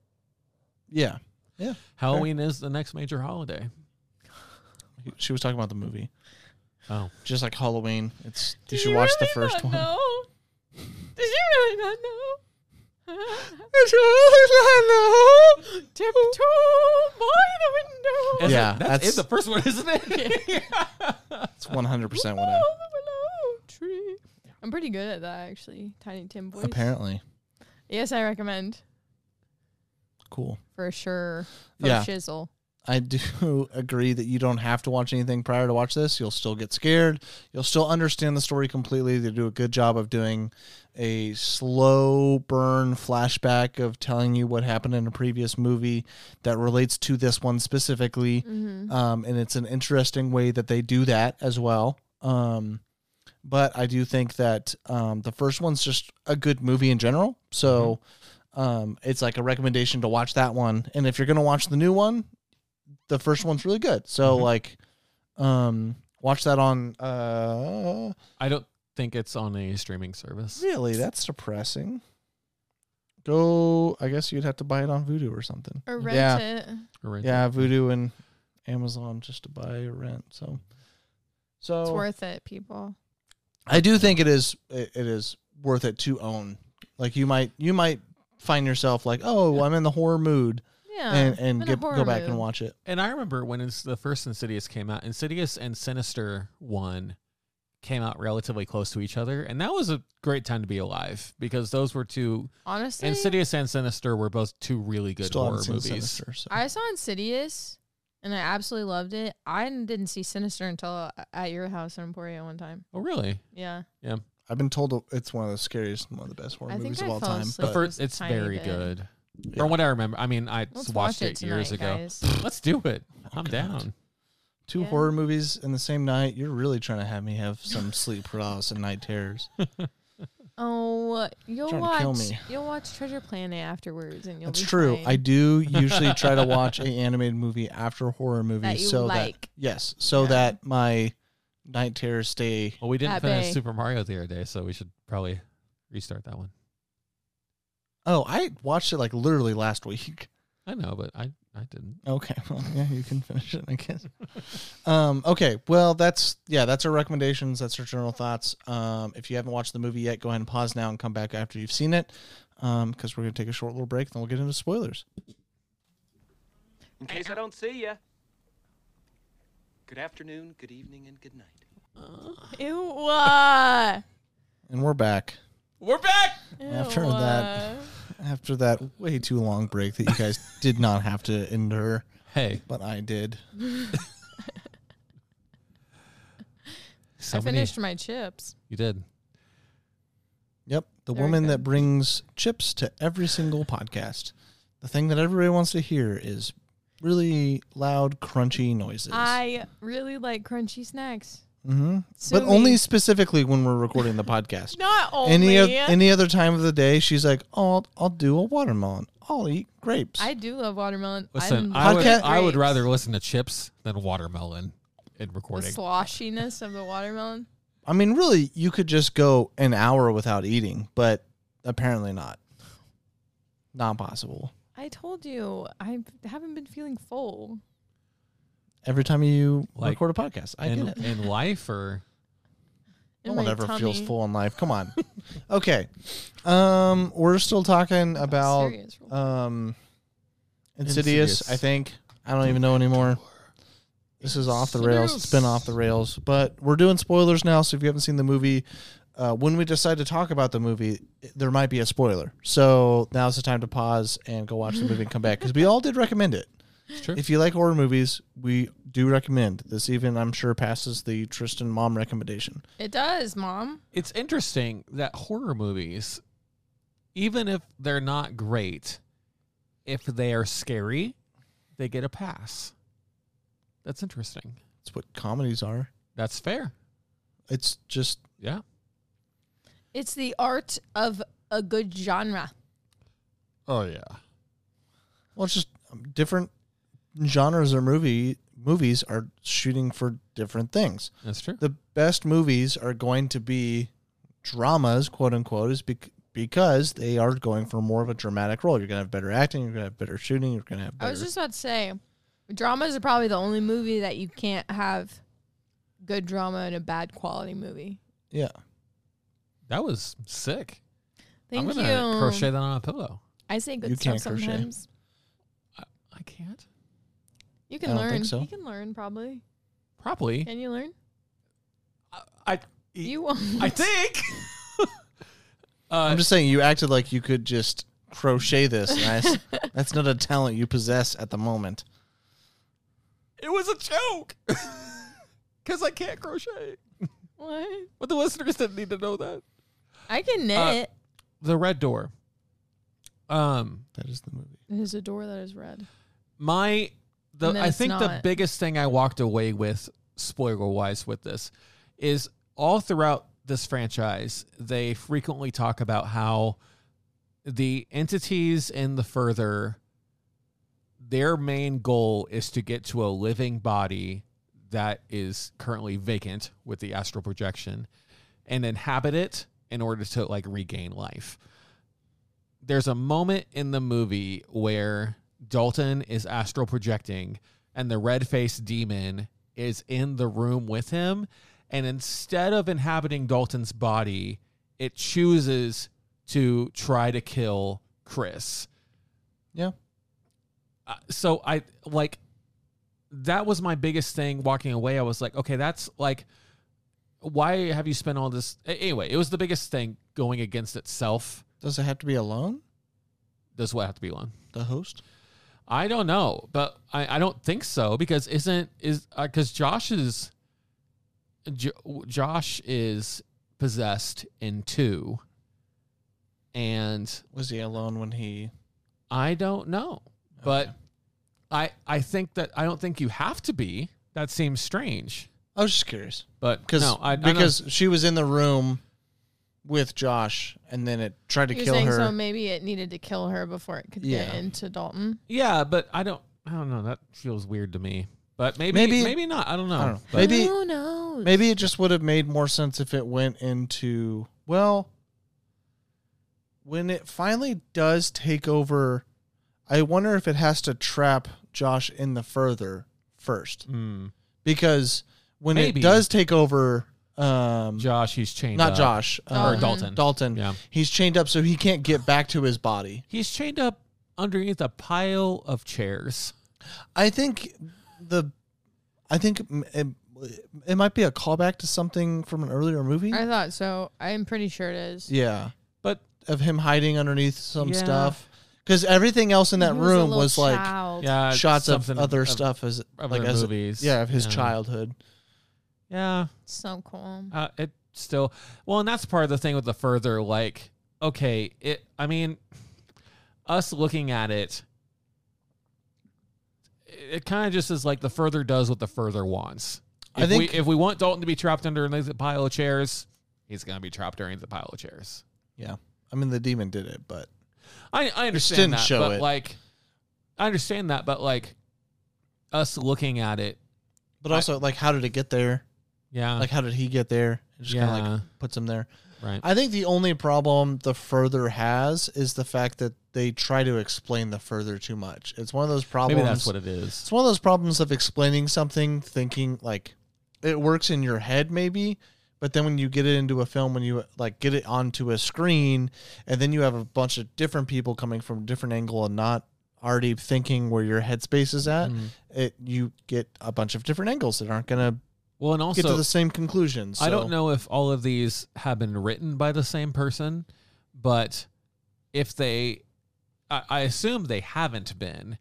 Speaker 3: Yeah, yeah.
Speaker 2: Halloween is the next major holiday.
Speaker 3: She was talking about the movie.
Speaker 2: Oh,
Speaker 3: just like Halloween. It's you should watch the first one.
Speaker 5: No. Did you really not know?
Speaker 3: Did you really
Speaker 5: know? Tiptoe by the window.
Speaker 3: Is Yeah,
Speaker 2: that's,
Speaker 3: that's-
Speaker 2: it, the first one, isn't it?
Speaker 3: It's one hundred percent what I
Speaker 5: tree. I'm pretty good at that, actually. Tiny Tim voice.
Speaker 3: apparently.
Speaker 5: Yes, I recommend
Speaker 3: Cool.
Speaker 5: for sure. For
Speaker 3: Yeah.
Speaker 5: shizzle.
Speaker 3: I do agree that you don't have to watch anything prior to watch this. You'll still get scared. You'll still understand the story completely. They do a good job of doing a slow burn flashback of telling you what happened in a previous movie that relates to this one specifically. Um, and it's an interesting way that they do that as well. Um, but I do think that um, the first one's just a good movie in general. So um, it's like a recommendation to watch that one. And if you're going to watch the new one, the first one's really good. So like, um, watch that on. Uh,
Speaker 2: I don't think it's on a streaming service.
Speaker 3: really, that's depressing. Go. I guess you'd have to buy it on Voodoo or something.
Speaker 5: Or rent
Speaker 3: yeah,
Speaker 5: it.
Speaker 2: Or anything.
Speaker 3: yeah, Voodoo and Amazon just to buy or rent. So, so
Speaker 5: It's
Speaker 3: Oh.
Speaker 5: worth it, people.
Speaker 3: I do think it is it, it is worth it to own. Like you might you might find yourself like, oh, I'm in the horror mood,
Speaker 5: Yeah.
Speaker 3: and
Speaker 5: Uh, I'm in
Speaker 3: and
Speaker 5: a
Speaker 3: get, go
Speaker 5: horror
Speaker 3: back and
Speaker 5: mood.
Speaker 3: watch it.
Speaker 2: And I remember when it's the first Insidious came out, Insidious and Sinister one came out relatively close to each other, and that was a great time to be alive because those were two
Speaker 5: Honestly,
Speaker 2: Insidious and Sinister were both two really good
Speaker 3: Still haven't
Speaker 2: horror
Speaker 3: seen
Speaker 2: movies.
Speaker 3: Sinister, so.
Speaker 5: I saw Insidious and I absolutely loved it. I didn't see Sinister until uh, at your house in Emporia one time.
Speaker 2: Oh, really?
Speaker 5: Yeah.
Speaker 3: I've been told it's one of the scariest, and one of the best horror
Speaker 5: I think
Speaker 3: movies of
Speaker 5: I
Speaker 3: all
Speaker 5: fell
Speaker 3: time.
Speaker 5: asleep.
Speaker 2: The
Speaker 3: but-
Speaker 2: first,
Speaker 5: just a
Speaker 2: it's
Speaker 5: tiny
Speaker 2: very
Speaker 5: bit.
Speaker 2: good.
Speaker 3: Yeah.
Speaker 2: From what I remember, I mean, I
Speaker 5: Let's
Speaker 2: watched
Speaker 5: watch
Speaker 2: it,
Speaker 5: it
Speaker 2: years
Speaker 5: tonight,
Speaker 2: ago.
Speaker 5: guys.
Speaker 2: Let's do it. I'm
Speaker 3: Oh God.
Speaker 2: down.
Speaker 3: Two
Speaker 5: Yeah.
Speaker 3: horror movies in the same night. You're really trying to have me have some sleep paralysis and night terrors.
Speaker 5: Oh, you'll
Speaker 3: Trying to
Speaker 5: watch.
Speaker 3: kill me.
Speaker 5: You'll watch Treasure Planet afterwards, and you'll.
Speaker 3: That's
Speaker 5: be
Speaker 3: true.
Speaker 5: fine.
Speaker 3: I do usually try to watch a animated movie after a horror movie
Speaker 5: That you
Speaker 3: so that
Speaker 5: like.
Speaker 3: yes, so
Speaker 5: Yeah.
Speaker 3: that my night terrors stay.
Speaker 2: Well, we didn't
Speaker 5: That
Speaker 2: finish
Speaker 5: bay.
Speaker 2: Super Mario the other day, so we should probably restart that one.
Speaker 3: Oh, I watched it like literally last week.
Speaker 2: I know, but I I didn't.
Speaker 3: Okay, well, yeah, you can finish it, I guess. um, okay, well, that's yeah, that's our recommendations. That's our general thoughts. Um, if you haven't watched the movie yet, go ahead and pause now and come back after you've seen it, because we're gonna take a short little break, then we'll get into spoilers.
Speaker 8: In case I don't see ya. Good afternoon, good evening, and good night.
Speaker 5: Ew. uh,
Speaker 3: And we're back
Speaker 2: We're back.
Speaker 3: after
Speaker 5: ew,
Speaker 3: that
Speaker 5: uh.
Speaker 3: after that way too long break that you guys did not have to endure,
Speaker 2: Hey,
Speaker 3: but I did.
Speaker 2: so
Speaker 5: I
Speaker 2: many-
Speaker 5: finished my chips.
Speaker 2: You did.
Speaker 3: Yep, the
Speaker 5: Very
Speaker 3: woman that
Speaker 5: good.
Speaker 3: brings chips to every single podcast. The thing that everybody wants to hear is really loud, crunchy noises.
Speaker 5: I really like crunchy snacks.
Speaker 3: hmm
Speaker 5: Sue
Speaker 3: But only
Speaker 5: me.
Speaker 3: specifically when we're recording the podcast.
Speaker 5: not only.
Speaker 3: any oth- any other time of the day, she's like, "Oh, I'll, I'll do a watermelon. I'll eat grapes."
Speaker 5: I do love watermelon.
Speaker 2: Listen,
Speaker 5: I
Speaker 2: I would,
Speaker 3: Podcast-
Speaker 2: I would
Speaker 5: grapes.
Speaker 2: rather listen to chips than watermelon in
Speaker 5: the
Speaker 2: recording.
Speaker 5: sloshiness of the watermelon.
Speaker 3: I mean, really, you could just go an hour without eating, but apparently not. Not possible.
Speaker 5: I told you I haven't been feeling full.
Speaker 3: Every time you
Speaker 2: Like-
Speaker 3: record a podcast, I
Speaker 2: in,
Speaker 3: get it.
Speaker 2: in life or
Speaker 5: in
Speaker 3: No one
Speaker 5: my
Speaker 3: ever feels
Speaker 5: tummy.
Speaker 3: full in life. Come on. okay, um, we're still talking about
Speaker 5: Serious.
Speaker 3: um, Insidious,
Speaker 2: Insidious.
Speaker 3: I think. I don't even know anymore. This is off the rails. It's been off the rails. But we're doing spoilers now, so if you haven't seen the movie, uh, when we decide to talk about the movie, there might be a spoiler. So now's the time to pause and go watch the movie and come back because we all did recommend it.
Speaker 2: true.
Speaker 3: If you like horror movies, we do recommend this. Even I'm sure passes the Tristan mom recommendation.
Speaker 5: It does, mom.
Speaker 2: it's interesting that horror movies, even if they're not great, if they are scary, they get a pass. That's interesting.
Speaker 3: That's what comedies are.
Speaker 2: That's fair.
Speaker 3: It's just
Speaker 2: Yeah.
Speaker 5: It's the art of a good genre.
Speaker 2: Oh yeah.
Speaker 3: Well, it's just um, different genres or movie movies are shooting for different things.
Speaker 2: That's true.
Speaker 3: The best movies are going to be dramas, quote unquote, is bec- because they are going for more of a dramatic role. You're going to have better acting. You're going to have better shooting. You're going to have
Speaker 5: I
Speaker 3: better.
Speaker 5: was just about to say, dramas are probably the only movie that you can't have good drama and a bad quality movie.
Speaker 3: yeah.
Speaker 2: That was sick.
Speaker 5: Thank
Speaker 2: I'm
Speaker 5: you.
Speaker 2: gonna crochet that on a pillow.
Speaker 5: I say good
Speaker 3: You
Speaker 5: stuff
Speaker 3: can't crochet.
Speaker 5: sometimes.
Speaker 2: I can't.
Speaker 5: You can
Speaker 3: I don't
Speaker 5: learn.
Speaker 3: think so.
Speaker 5: You can learn probably.
Speaker 2: Probably.
Speaker 5: Can you learn?
Speaker 2: I e-
Speaker 5: You won't.
Speaker 2: I think.
Speaker 3: I'm just saying, you acted like you could just crochet this. And I s- that's not a talent you possess at the moment.
Speaker 2: It was a joke. Because I can't crochet.
Speaker 5: what?
Speaker 2: But the listeners didn't need to know that.
Speaker 5: I can knit.
Speaker 2: Uh, The Red Door. Um,
Speaker 3: That is the movie.
Speaker 5: There's a door that is red.
Speaker 2: my the
Speaker 5: And then
Speaker 2: I
Speaker 5: it's
Speaker 2: think the
Speaker 5: not.
Speaker 2: biggest thing I walked away with, spoiler wise, with this is all throughout this franchise, they frequently talk about how the entities in the further their main goal is to get to a living body that is currently vacant with the astral projection and inhabit it in order to like regain life. There's a moment in the movie where Dalton is astral projecting and the red faced demon is in the room with him. And instead of inhabiting Dalton's body, it chooses to try to kill Chris
Speaker 3: Yeah.
Speaker 2: uh, so I like that was my biggest thing walking away. I was like, okay, that's like, why have you spent all this? a- Anyway, it was the biggest thing going against itself.
Speaker 3: Does it have to be alone?
Speaker 2: Does what have to be long?
Speaker 3: The host?
Speaker 2: I don't know, but I, I don't think so because isn't is because Josh is J- Josh is possessed in two, and
Speaker 3: Was he alone when he.
Speaker 2: I don't know. But I I think that I don't think you have to be. That seems strange.
Speaker 3: I was just curious.
Speaker 2: But
Speaker 3: Cause,
Speaker 2: no, I, I know.
Speaker 3: because she was in the room with Josh, and then it tried to
Speaker 5: You're
Speaker 3: kill
Speaker 5: saying
Speaker 3: her.
Speaker 5: so maybe it needed to kill her before it could
Speaker 3: Yeah.
Speaker 5: get into Dalton.
Speaker 2: Yeah, but I don't. I don't know. That feels weird to me. But maybe, maybe,
Speaker 3: Maybe-
Speaker 2: not. I don't know.
Speaker 3: I don't know.
Speaker 2: But-
Speaker 3: Maybe-
Speaker 5: Who knows?
Speaker 3: Maybe it just would have made more sense if it went into well when it finally does take over I wonder if it has to trap Josh in the further first
Speaker 2: Hmm.
Speaker 3: because when
Speaker 2: Maybe.
Speaker 3: it does take over um
Speaker 2: Josh, he's chained.
Speaker 3: not
Speaker 2: up.
Speaker 3: Josh um,
Speaker 2: or Dalton.
Speaker 3: Dalton
Speaker 2: Yeah.
Speaker 3: he's chained up so he can't get back to his body
Speaker 2: He's chained up underneath a pile of chairs.
Speaker 3: I think the I think it, it might be a callback to something from an earlier movie
Speaker 5: I thought so. I'm pretty sure it is.
Speaker 3: yeah
Speaker 2: But
Speaker 3: of him hiding underneath some
Speaker 2: Yeah.
Speaker 3: stuff because everything else in that
Speaker 5: He was a
Speaker 3: room
Speaker 5: little
Speaker 3: was like
Speaker 5: child.
Speaker 2: yeah,
Speaker 3: shots of
Speaker 2: Uh, something
Speaker 3: other stuff as
Speaker 2: of
Speaker 3: like
Speaker 2: other
Speaker 3: as
Speaker 2: movies.
Speaker 3: yeah of his
Speaker 2: Yeah.
Speaker 3: childhood.
Speaker 2: Yeah,
Speaker 5: So cool.
Speaker 2: uh, it still. Well, and that's part of the thing with the further. Like, okay, it. I mean, us looking at it, it, kind of just is like the further does what the further wants.
Speaker 3: I
Speaker 2: If
Speaker 3: think-
Speaker 2: we, if we want Dalton to be trapped underneath a pile of chairs, he's gonna be trapped underneath the pile of chairs.
Speaker 3: Yeah, I mean the demon did it, but
Speaker 2: I, I understand
Speaker 3: didn't
Speaker 2: that,
Speaker 3: show
Speaker 2: but
Speaker 3: it.
Speaker 2: like, I understand that, but like, us looking at it,
Speaker 3: but also like how did it get there?
Speaker 2: yeah,
Speaker 3: Like how did he get there? It just kind of like
Speaker 2: Uh, Yeah.
Speaker 3: puts him there.
Speaker 2: right,
Speaker 3: I think the only problem the further has is the fact that they try to explain the further too much. It's one of those problems.
Speaker 2: maybe that's what it is.
Speaker 3: It's one of those problems of explaining something, thinking like it works in your head maybe, but then when you get it into a film, when you like get it onto a screen, and then you have a bunch of different people coming from a different angle and not already thinking where your headspace is at,
Speaker 2: Mm. Mm-hmm.
Speaker 3: it you get a bunch of different angles that aren't gonna
Speaker 2: Well, and
Speaker 3: get to
Speaker 2: also,
Speaker 3: the same conclusion. So
Speaker 2: I don't know if all of these have been written by the same person, but if they, I, I assume they haven't been.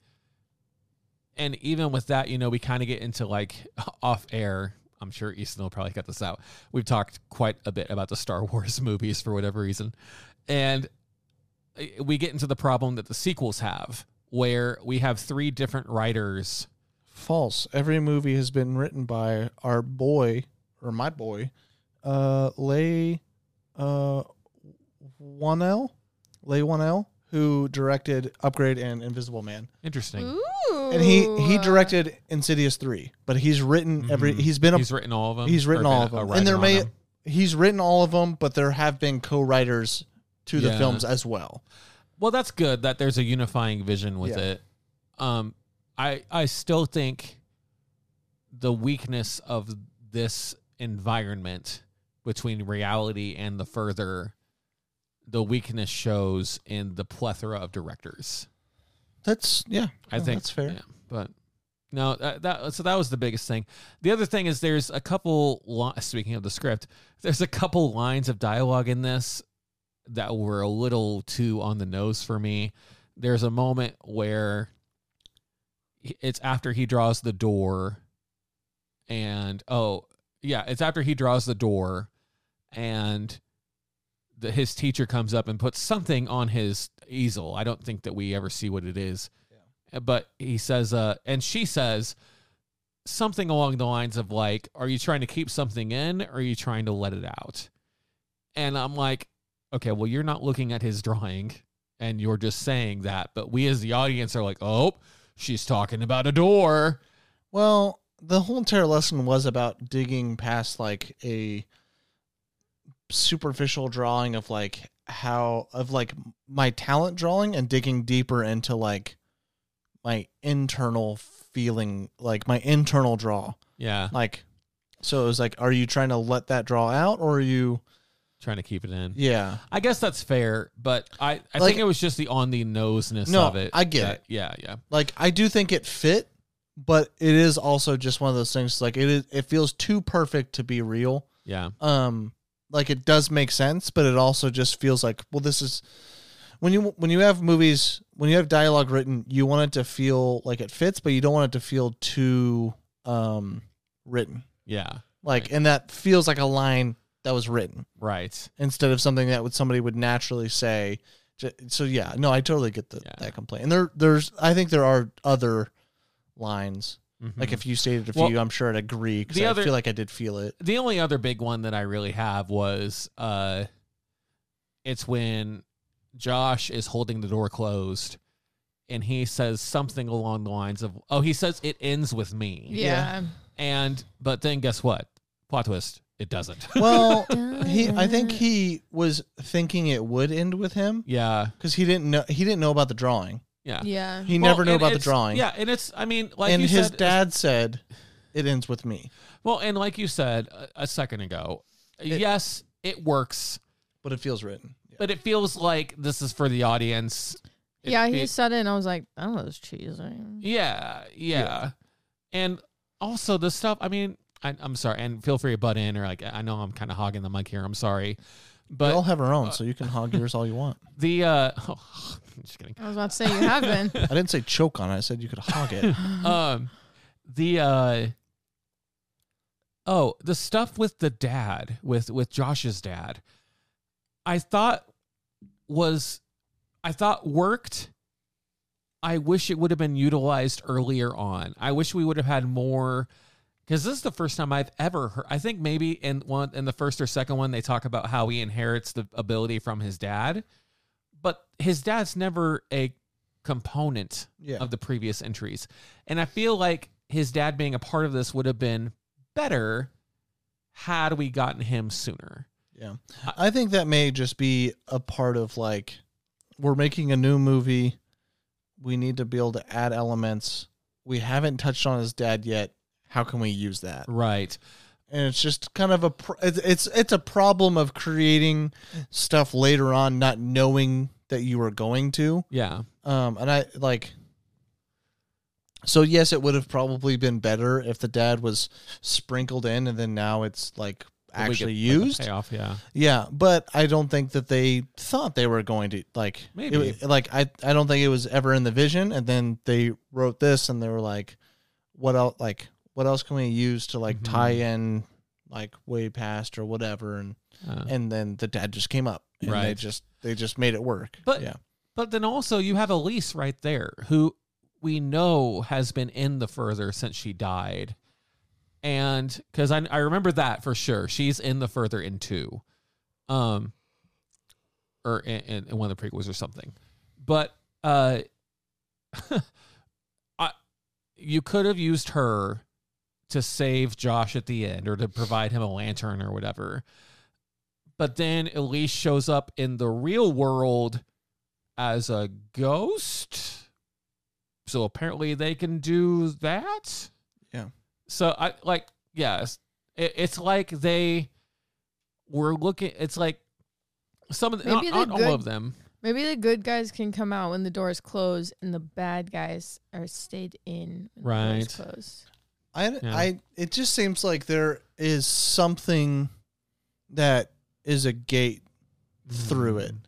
Speaker 2: And even with that, you know, we kind of get into like off air. I'm sure Easton will probably cut this out. We've talked quite a bit about the Star Wars movies for whatever reason. And eh, we get into the problem that the sequels have, where we have three different writers.
Speaker 3: False. Every movie has been written by our boy or my boy, uh, Lay, uh, One L, Lay One L, who directed Upgrade and Invisible Man,
Speaker 2: Interesting.
Speaker 5: Ooh.
Speaker 3: and he he directed Insidious three, but he's written every he's been
Speaker 2: Mm-hmm.
Speaker 3: a
Speaker 2: He's written all of them.
Speaker 3: he's written
Speaker 2: or
Speaker 3: all
Speaker 2: been
Speaker 3: of
Speaker 2: a- a
Speaker 3: them,
Speaker 2: writer
Speaker 3: and there
Speaker 2: on
Speaker 3: may
Speaker 2: them.
Speaker 3: he's written all of them, but there have been co-writers to the
Speaker 2: Yeah.
Speaker 3: films as well.
Speaker 2: Well, that's good that there's a unifying vision with
Speaker 3: Yeah.
Speaker 2: it. Um, I I still think the weakness of this environment between reality and the further, the weakness shows in the plethora of directors.
Speaker 3: That's yeah,
Speaker 2: I
Speaker 3: no,
Speaker 2: think
Speaker 3: Oh, that's fair.
Speaker 2: yeah, but no, that, that so that was the biggest thing. The other thing is there's a couple. Li- speaking of the script, there's a couple lines of dialogue in this that were a little too on the nose for me. There's a moment where he- it's after he draws the door, and oh yeah, it's after he draws the door, and the, his teacher comes up and puts something on his easel. I don't think that we ever see what it is Uh, but he says uh and she says something along the lines of like are you trying to keep something in or are you trying to let it out and i'm like okay well you're not looking at his drawing and you're just saying that but we as the audience are like oh she's talking about a door
Speaker 3: Well, the whole entire lesson was about digging past like a superficial drawing of like how of like my talent drawing and digging deeper into like my internal feeling, like my internal draw.
Speaker 2: yeah
Speaker 3: Like so it was like are you trying to let that draw out or are you
Speaker 2: trying to keep it in
Speaker 3: yeah.
Speaker 2: i guess that's fair but i i
Speaker 3: Like-
Speaker 2: think it was just the on the noseness
Speaker 3: No,
Speaker 2: of it
Speaker 3: I get
Speaker 2: that- yeah yeah
Speaker 3: Like I do think it fit, but it is also just one of those things like it is it feels too perfect to be real.
Speaker 2: yeah
Speaker 3: um like it does make sense but it also just feels like well this is when you when you have movies when you have dialogue written you want it to feel like it fits but you don't want it to feel too um written
Speaker 2: yeah
Speaker 3: like
Speaker 2: Right.
Speaker 3: and that feels like a line that was written
Speaker 2: right
Speaker 3: instead of something that would somebody would naturally say J- so yeah no i totally get the,
Speaker 2: Yeah.
Speaker 3: that complaint and there there's i think there are other lines
Speaker 2: Mm-hmm.
Speaker 3: like if you stated a few
Speaker 2: Hmm. Well,
Speaker 3: i'm sure i'd agree because
Speaker 2: the
Speaker 3: i
Speaker 2: other-
Speaker 3: feel like i did feel it
Speaker 2: the only other big one that I really have was uh It's when Josh is holding the door closed and he says something along the lines of, oh, he says it ends with me.
Speaker 5: Yeah.
Speaker 2: And, but then guess what? Plot twist, it doesn't.
Speaker 3: Well, he I think he was thinking it would end with him
Speaker 2: yeah.
Speaker 3: because he didn't know he didn't know about the drawing.
Speaker 2: Yeah.
Speaker 5: Yeah.
Speaker 3: He
Speaker 2: Well,
Speaker 3: never knew
Speaker 2: and
Speaker 3: about the
Speaker 2: it's-
Speaker 3: drawing.
Speaker 2: Yeah. And it's, I mean, like
Speaker 3: and
Speaker 2: you
Speaker 3: his
Speaker 2: said, it's-
Speaker 3: dad said, "It ends with me."
Speaker 2: Well, and like you said a, a second ago, yes, it works,
Speaker 3: But it feels written. Yeah.
Speaker 2: but it feels like this is for the audience. It
Speaker 5: yeah, he
Speaker 2: fe-
Speaker 5: said it, and I was like, that was cheesy.
Speaker 2: yeah, yeah, and also the stuff. I mean, I, I'm sorry, and feel free to butt in or like I know I'm kind of hogging the mic here. I'm sorry,
Speaker 3: we all
Speaker 2: but uh,
Speaker 3: have our own, so you can hog yours all you want.
Speaker 2: the uh, just kidding.
Speaker 5: I was about to say you have been.
Speaker 3: I didn't say choke on it. I said you could hog it.
Speaker 2: Um, the uh, oh, the stuff with the dad with with Josh's dad, I thought was, I thought worked. I wish it would have been utilized earlier on. I wish we would have had more because this is the first time I've ever heard. I think maybe in one in the first or second one they talk about how he inherits the ability from his dad, but his dad's never a component
Speaker 3: Yeah.
Speaker 2: of the previous entries, and I feel like his dad being a part of this would have been better had we gotten him sooner.
Speaker 3: Yeah. I think that may just be a part of like we're making a new movie. We need to be able to add elements. We haven't touched on his dad yet. How can we use that?
Speaker 2: Right.
Speaker 3: And it's just kind of a pr- it's it's, it's a problem of creating stuff later on not knowing that you were going to.
Speaker 2: Yeah.
Speaker 3: Um and I like so yes, it would have probably been better if the dad was sprinkled in and then now it's like
Speaker 2: But we get,
Speaker 3: actually
Speaker 2: like, a
Speaker 3: used.
Speaker 2: payoff. Yeah.
Speaker 3: Yeah, but I don't think that they thought they were going to like
Speaker 2: Maybe.
Speaker 3: it- like I I don't think it was ever in the vision and then they wrote this and they were like what else like what else can we use to like
Speaker 2: Mhm.
Speaker 3: tie in like way past or whatever and
Speaker 2: Uh,
Speaker 3: and then the dad just came up and they
Speaker 2: Right.
Speaker 3: just they just made it work.
Speaker 2: But-
Speaker 3: yeah.
Speaker 2: But then also you have Elise right there, who we know has been in the further since she died. And because I, I remember that for sure. She's in the further in two. Um or in, in, in one of the prequels or something. But uh I you could have used her to save Josh at the end or to provide him a lantern or whatever. But then Elise shows up in the real world as a ghost. So apparently they can do that.
Speaker 3: Yeah.
Speaker 2: So I like yes, it, it's like they were looking. It's like some of the,
Speaker 5: Maybe
Speaker 2: not,
Speaker 5: the
Speaker 2: not
Speaker 5: good-
Speaker 2: all of them.
Speaker 5: Maybe the good guys can come out when the doors close, and the bad guys are stayed in. When the doors
Speaker 2: Right.
Speaker 5: close.
Speaker 3: I
Speaker 2: Yeah.
Speaker 3: I it just seems like there is something that is a gate through it.
Speaker 2: Mm.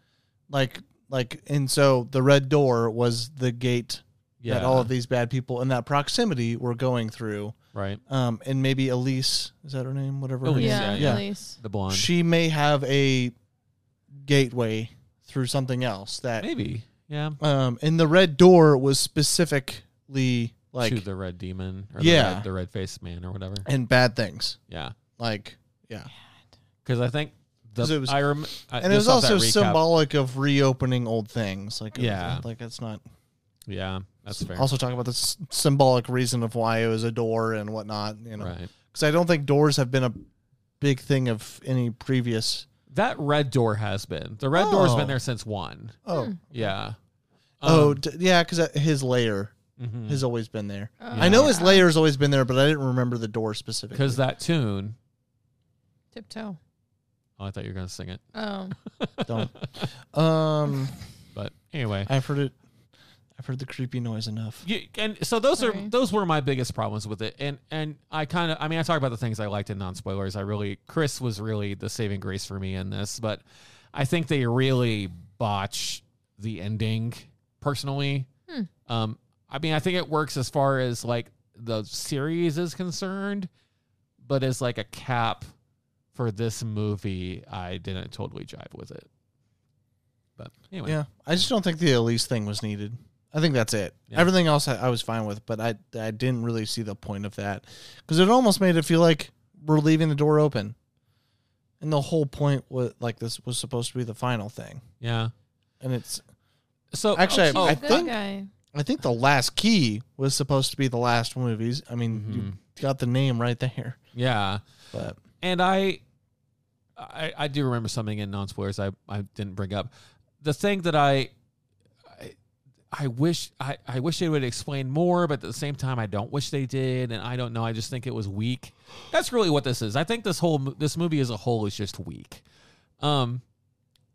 Speaker 3: Like like and so the red door was the gate
Speaker 2: Yeah.
Speaker 3: that all of these bad people in that proximity were going through.
Speaker 2: right.
Speaker 3: Um and maybe Elise, is that her name? Whatever. her
Speaker 2: Elise,
Speaker 3: name-
Speaker 5: Yeah,
Speaker 2: Oh, yeah.
Speaker 5: at least.
Speaker 2: The blonde.
Speaker 3: She may have a gateway through something else that
Speaker 2: Maybe. Yeah.
Speaker 3: um and the red door was specifically
Speaker 2: to
Speaker 3: like
Speaker 2: the red demon or the
Speaker 3: Yeah.
Speaker 2: red, the red faced man or whatever.
Speaker 3: and bad things.
Speaker 2: Yeah.
Speaker 3: Like yeah.
Speaker 2: Because I think the
Speaker 3: 'Cause it was-
Speaker 2: I rem- I,
Speaker 3: and it was
Speaker 2: Uh, just off that
Speaker 3: also
Speaker 2: recap-
Speaker 3: symbolic of reopening old things. Like
Speaker 2: Yeah.
Speaker 3: like it's not.
Speaker 2: Yeah, that's fair.
Speaker 3: Also talk about the s- symbolic reason of why it was a door and whatnot. You know,
Speaker 2: right.
Speaker 3: because I don't think doors have been a big thing of any previous.
Speaker 2: That red door has been. The red door's
Speaker 3: Oh.
Speaker 2: been there since one.
Speaker 3: Oh,
Speaker 2: Yeah. Um,
Speaker 3: oh, d- yeah, because his layer
Speaker 2: mhm.
Speaker 3: has always been there.
Speaker 2: mm-hmm.
Speaker 3: I know his layer's always been there, but I didn't remember the door specifically.
Speaker 2: Because that tune.
Speaker 5: Tiptoe.
Speaker 2: Oh, I thought you were gonna sing it.
Speaker 5: Oh,
Speaker 3: don't. Um,
Speaker 2: But anyway,
Speaker 3: I've heard it. I've heard the creepy noise enough.
Speaker 2: you, and so those
Speaker 5: Sorry.
Speaker 2: are those were my biggest problems with it. And and I kind of I mean I talk about the things I liked in non spoilers. I really Chris was really the saving grace for me in this, but I think they really botch the ending personally. Um, I mean I think it works as far as like the series is concerned, but as like a cap for this movie, I didn't totally jive with it. But anyway,
Speaker 3: Yeah, I just don't think the Elise thing was needed. I think that's it.
Speaker 2: Yeah.
Speaker 3: Everything else I, I was fine with, but I I didn't really see the point of that because it almost made it feel like we're leaving the door open, and the whole point was like this was supposed to be the final thing,
Speaker 2: Yeah.
Speaker 3: and it's
Speaker 2: So
Speaker 3: Actually,
Speaker 5: She's
Speaker 3: Oh, I
Speaker 5: a good
Speaker 3: think-
Speaker 5: guy.
Speaker 3: I think the last key was supposed to be the last movies. I mean, you got the name right there,
Speaker 2: yeah.
Speaker 3: but
Speaker 2: and I, I, I do remember something in non spoilers I, I didn't bring up. The thing that I, I, I wish I, I wish they would explain more, but at the same time I don't wish they did, and I don't know. I just think it was weak. That's really what this is. I think this whole mo- this movie as a whole is just weak. Um,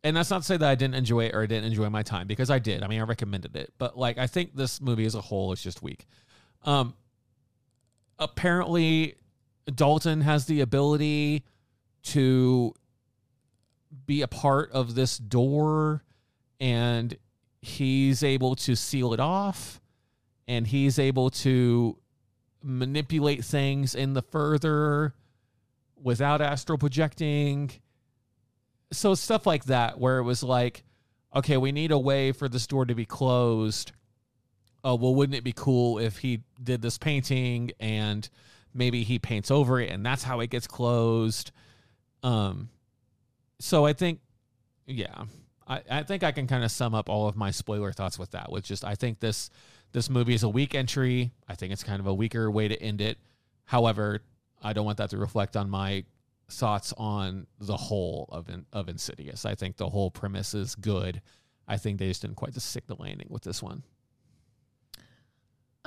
Speaker 2: and that's not to say that I didn't enjoy it or I didn't enjoy my time because I did. I mean, I recommended it, but like I think this movie as a whole is just weak. Um, apparently Dalton has the ability to be a part of this door and he's able to seal it off and he's able to manipulate things in the further without astral projecting so stuff like that where it was like okay we need a way for this door to be closed oh well wouldn't it be cool if he did this painting and maybe he paints over it and that's how it gets closed um so i think yeah i, I think i can kind of sum up all of my spoiler thoughts with that which just i think this this movie is a weak entry i think it's kind of a weaker way to end it however i don't want that to reflect on my thoughts on the whole of In- of insidious i think the whole premise is good i think they just didn't quite stick the landing with this one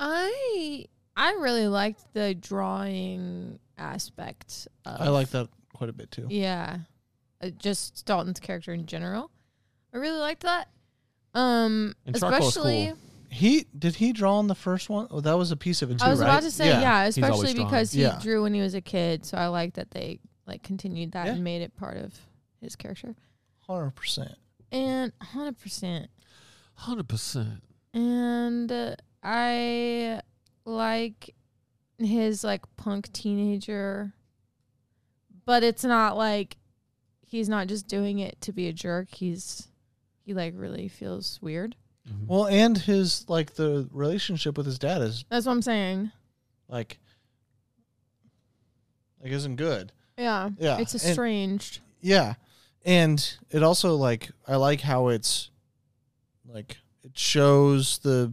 Speaker 5: I I really liked the drawing aspect. Of,
Speaker 3: I like that quite a bit too.
Speaker 5: Yeah, uh, just Dalton's character in general. I really liked that. Um,
Speaker 2: And charcoal's
Speaker 5: especially
Speaker 2: cool.
Speaker 3: He did he draw on the first one? Oh, that was a piece of it too,
Speaker 5: I was
Speaker 3: right?
Speaker 5: about to say yeah,
Speaker 2: always
Speaker 5: especially
Speaker 2: drawing.
Speaker 5: because he
Speaker 3: Yeah.
Speaker 5: drew when he was a kid. So I like that they like continued that
Speaker 3: Yeah.
Speaker 5: and made it part of his character.
Speaker 3: hundred percent.
Speaker 5: And hundred percent.
Speaker 2: 100%
Speaker 5: And uh, I like his like punk teenager, but it's not like he's not just doing it to be a jerk. He's he like really feels weird.
Speaker 3: Well, and his like the relationship with his dad is
Speaker 5: That's what I'm saying.
Speaker 3: like like isn't good.
Speaker 5: Yeah,
Speaker 3: Yeah,
Speaker 5: It's
Speaker 3: and-
Speaker 5: estranged.
Speaker 3: Yeah. And it also like I like how it's like it shows the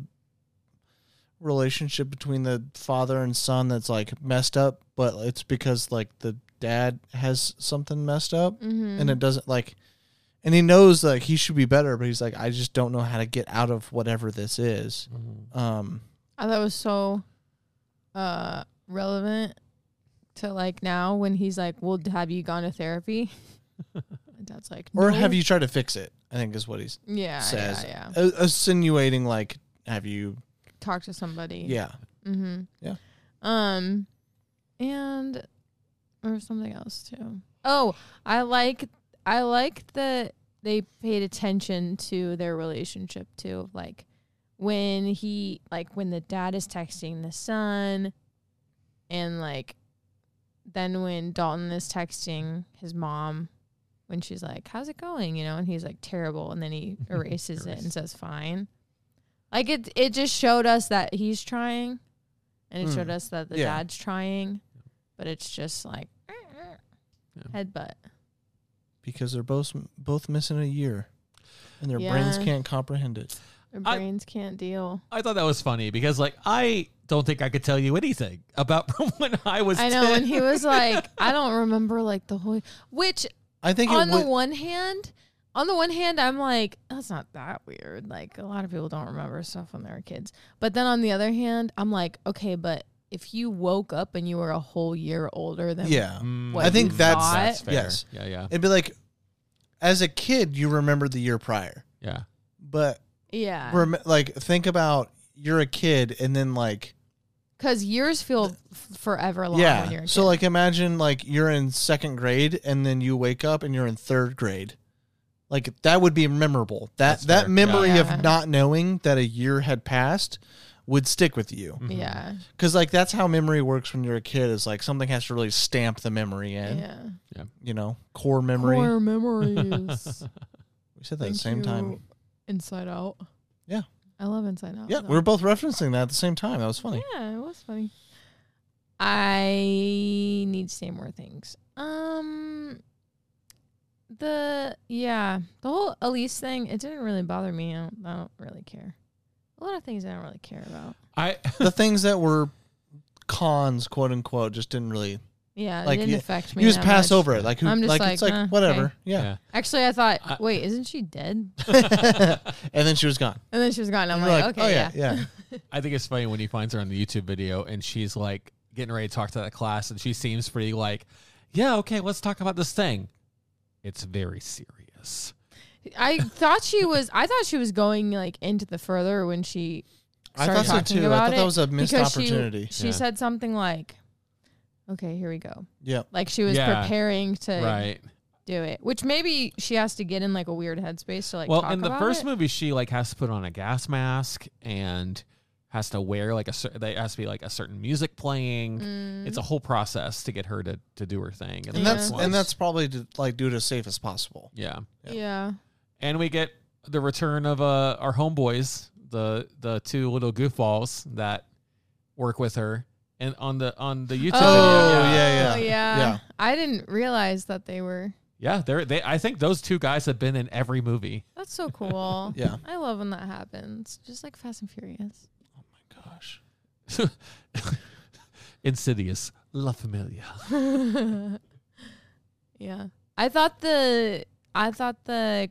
Speaker 3: relationship between the father and son that's like messed up, but it's because like the dad has something messed up
Speaker 5: mm-hmm.
Speaker 3: and it doesn't like and he knows like he should be better, but he's like I just don't know how to get out of whatever this is. Um
Speaker 5: I thought it was so uh relevant to like now when he's like, "Well, have you gone to therapy?" My dad's like,
Speaker 3: or
Speaker 5: "No."
Speaker 3: have you tried to fix it? I think is what he's
Speaker 5: Ah, Yeah,
Speaker 3: says,
Speaker 5: yeah, yeah.
Speaker 3: a- insinuating like, have you?
Speaker 5: Talk to somebody.
Speaker 3: Yeah,
Speaker 5: Mm-hmm.
Speaker 3: Yeah.
Speaker 5: Um, and or something else too. Oh, I like I like that they paid attention to their relationship too. Like when he like when the dad is texting the son, and like then when Dalton is texting his mom. When she's like, "How's it going?" you know, and he's like, "Terrible," and then he erases it and
Speaker 2: Erase.
Speaker 5: says, "Fine." Like it, it just showed us that he's trying, and it
Speaker 3: Mm.
Speaker 5: showed us that the
Speaker 3: Yeah.
Speaker 5: dad's trying, but it's just like headbutt.
Speaker 3: because they're both both missing a year, and their brains
Speaker 5: Yeah.
Speaker 3: can't comprehend it.
Speaker 5: Their
Speaker 2: I-
Speaker 5: brains can't deal.
Speaker 2: I thought that was funny because like I don't think I could tell you anything about from when I was.
Speaker 5: I know.
Speaker 2: 10.
Speaker 5: And he was like, I don't remember like the whole. Which
Speaker 3: I think
Speaker 5: on
Speaker 3: it
Speaker 5: the
Speaker 3: would,
Speaker 5: one hand, on the one hand, I'm like, that's not that weird. Like a lot of people don't remember stuff when they were kids. But then on the other hand, I'm like, okay, but if you woke up and you were a whole year older than
Speaker 3: yeah.
Speaker 5: what
Speaker 3: I think
Speaker 5: you
Speaker 3: that's-
Speaker 5: thought-
Speaker 2: Mm, That's fair.
Speaker 3: Yes.
Speaker 2: Yeah. Yeah.
Speaker 3: It'd be like, as a kid, you remember the year prior,
Speaker 2: Yeah.
Speaker 3: but
Speaker 5: yeah.
Speaker 3: rem- like think about you're a kid, and then like
Speaker 5: Because years feel f- forever long when you're
Speaker 3: yeah.
Speaker 5: a
Speaker 3: So
Speaker 5: kid.
Speaker 3: like imagine like you're in second grade, and then you wake up and you're in third grade. Like that would be memorable. That
Speaker 2: That's
Speaker 3: that
Speaker 2: fair.
Speaker 3: memory
Speaker 5: Yeah.
Speaker 3: of not knowing that a year had passed would stick with you.
Speaker 2: Mm. Mm-hmm.
Speaker 5: yeah,
Speaker 3: Because like that's how memory works when you're a kid. Is like something has to really stamp the memory in.
Speaker 5: yeah.
Speaker 3: You know, core memory.
Speaker 5: Core memories.
Speaker 3: We said that at the
Speaker 5: Thank
Speaker 3: same
Speaker 5: you,
Speaker 3: time.
Speaker 5: Inside Out.
Speaker 3: Yeah.
Speaker 5: I love Inside Out.
Speaker 3: Yeah,
Speaker 5: though.
Speaker 3: we were both referencing that at the same time. That was funny.
Speaker 5: Yeah, it was funny. I need to say more things. Um, the yeah the whole Elise thing it didn't really bother me. I don't, I don't really care. A lot of things I don't really care about.
Speaker 2: I
Speaker 3: the things that were cons, quote unquote, just didn't really.
Speaker 5: Yeah,
Speaker 3: Like,
Speaker 5: it didn't
Speaker 3: you-
Speaker 5: affect me.
Speaker 3: You just
Speaker 5: that
Speaker 3: pass
Speaker 5: much.
Speaker 3: over it. Like, who,
Speaker 5: I'm just
Speaker 3: like,
Speaker 5: like,
Speaker 3: it's like,
Speaker 5: uh,
Speaker 3: whatever.
Speaker 5: okay.
Speaker 3: Yeah.
Speaker 5: Actually, I thought,
Speaker 2: I-
Speaker 5: wait, isn't she dead?
Speaker 3: and then she was gone.
Speaker 5: And then she was gone. I'm
Speaker 3: You're
Speaker 5: like, okay,
Speaker 3: oh,
Speaker 5: yeah,
Speaker 3: yeah.
Speaker 2: I think it's funny when he finds her on the YouTube video and she's like getting ready to talk to that class and she seems pretty like, yeah, okay, let's talk about this thing. It's very serious.
Speaker 5: I thought she was. I thought she was going like into the further when she.
Speaker 3: I
Speaker 5: started
Speaker 3: thought so,
Speaker 5: talking
Speaker 3: too. I
Speaker 5: About
Speaker 3: thought that
Speaker 5: it
Speaker 3: was a missed
Speaker 5: because
Speaker 3: opportunity.
Speaker 5: She, she
Speaker 2: Yeah.
Speaker 5: said something like, "Okay, here we go."
Speaker 3: Yeah.
Speaker 5: Like she was
Speaker 2: Yeah.
Speaker 5: preparing to
Speaker 2: Right.
Speaker 5: do it, which maybe she has to get in like a weird headspace to like.
Speaker 2: well,
Speaker 5: talk
Speaker 2: in the
Speaker 5: about
Speaker 2: first
Speaker 5: it.
Speaker 2: movie, she like has to put on a gas mask and has to wear like a cer- there has to be like a certain music playing.
Speaker 5: Mm.
Speaker 2: It's a whole process to get her to to do her thing.
Speaker 3: And
Speaker 5: Yeah.
Speaker 3: that's and that's probably to, like do it as safe as possible.
Speaker 2: yeah.
Speaker 3: Yeah.
Speaker 5: yeah,
Speaker 2: and we get the return of uh, our homeboys, the the two little goofballs that work with her, and on the on the YouTube
Speaker 3: Oh,
Speaker 2: video, yeah,
Speaker 3: yeah, yeah,
Speaker 5: Oh, yeah.
Speaker 3: yeah.
Speaker 5: I didn't realize that they were.
Speaker 2: yeah, they're they. I think those two guys have been in every movie.
Speaker 5: That's so cool.
Speaker 3: Yeah.
Speaker 5: I love when that happens. Just like Fast and Furious.
Speaker 3: Gosh.
Speaker 2: Insidious, La Familia.
Speaker 5: Yeah. I thought the I thought the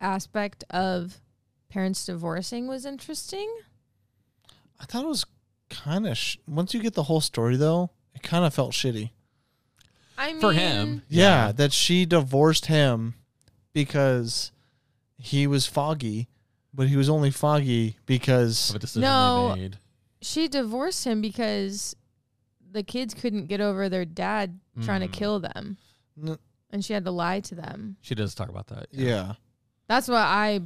Speaker 5: aspect of parents divorcing was interesting.
Speaker 3: I thought it was kind of sh- once you get the whole story though, it kind of felt shitty.
Speaker 5: I mean,
Speaker 2: For him,
Speaker 3: Yeah, that she divorced him because he was foggy, but he was only foggy
Speaker 2: of
Speaker 3: because
Speaker 2: a decision
Speaker 5: No.
Speaker 2: they made.
Speaker 5: she divorced him because the kids couldn't get over their dad trying to
Speaker 2: Mm.
Speaker 5: kill them.
Speaker 3: N-
Speaker 5: And she had to lie to them.
Speaker 2: She does talk about that.
Speaker 3: yeah.
Speaker 5: That's what I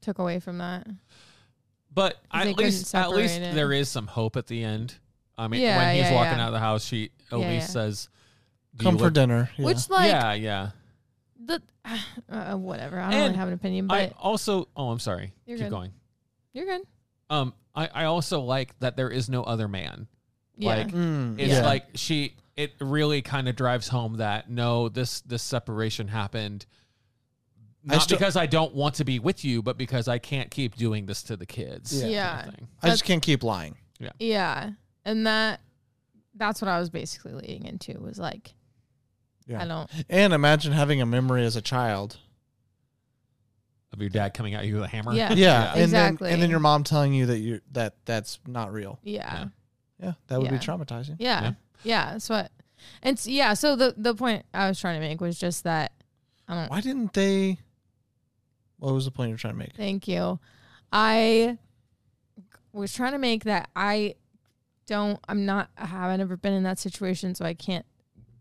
Speaker 5: took away from that.
Speaker 2: But
Speaker 5: They
Speaker 2: at
Speaker 5: couldn't
Speaker 2: least at
Speaker 5: separate
Speaker 2: least
Speaker 5: it.
Speaker 2: there is some hope at the end. I mean,
Speaker 5: Yeah,
Speaker 2: when he's
Speaker 5: yeah,
Speaker 2: walking
Speaker 5: yeah.
Speaker 2: out of the house, she Elise
Speaker 5: yeah.
Speaker 2: says, "Do you
Speaker 3: Come for
Speaker 2: look-"
Speaker 3: dinner. Yeah.
Speaker 5: Which like
Speaker 2: yeah, yeah.
Speaker 5: the uh, whatever. I don't
Speaker 2: And
Speaker 5: really have an opinion, but
Speaker 2: I also. Oh, I'm sorry.
Speaker 5: You're
Speaker 2: Keep
Speaker 5: good.
Speaker 2: going.
Speaker 5: you're good.
Speaker 2: Um, I, I also like that there is no other man.
Speaker 5: Yeah.
Speaker 2: Like
Speaker 3: Mm,
Speaker 2: it's
Speaker 3: yeah.
Speaker 2: like she it really kind of drives home that no, this this separation happened
Speaker 3: I
Speaker 2: not
Speaker 3: still-
Speaker 2: because I don't want to be with you, but because I can't keep doing this to the kids.
Speaker 3: Yeah.
Speaker 2: kind of
Speaker 5: Yeah.
Speaker 2: thing.
Speaker 3: I just can't keep lying.
Speaker 5: Yeah. And that that's what I was basically leading into was like
Speaker 3: Yeah.
Speaker 5: I don't
Speaker 3: And imagine having a memory as a child.
Speaker 2: Of your dad coming at you with a hammer.
Speaker 5: Yeah.
Speaker 3: Yeah, and
Speaker 5: Exactly.
Speaker 3: Then, and then your mom telling you that you that that's not real.
Speaker 5: yeah.
Speaker 3: Yeah, that would
Speaker 5: Yeah.
Speaker 3: be traumatizing.
Speaker 5: Yeah.
Speaker 2: Yeah.
Speaker 5: Yeah. That's what and s- yeah, so the the point I was trying to make was just that I don't
Speaker 3: Why didn't they? What was the point you're trying to make?
Speaker 5: thank you. I was trying to make that I don't I'm not I have never been in that situation so I can't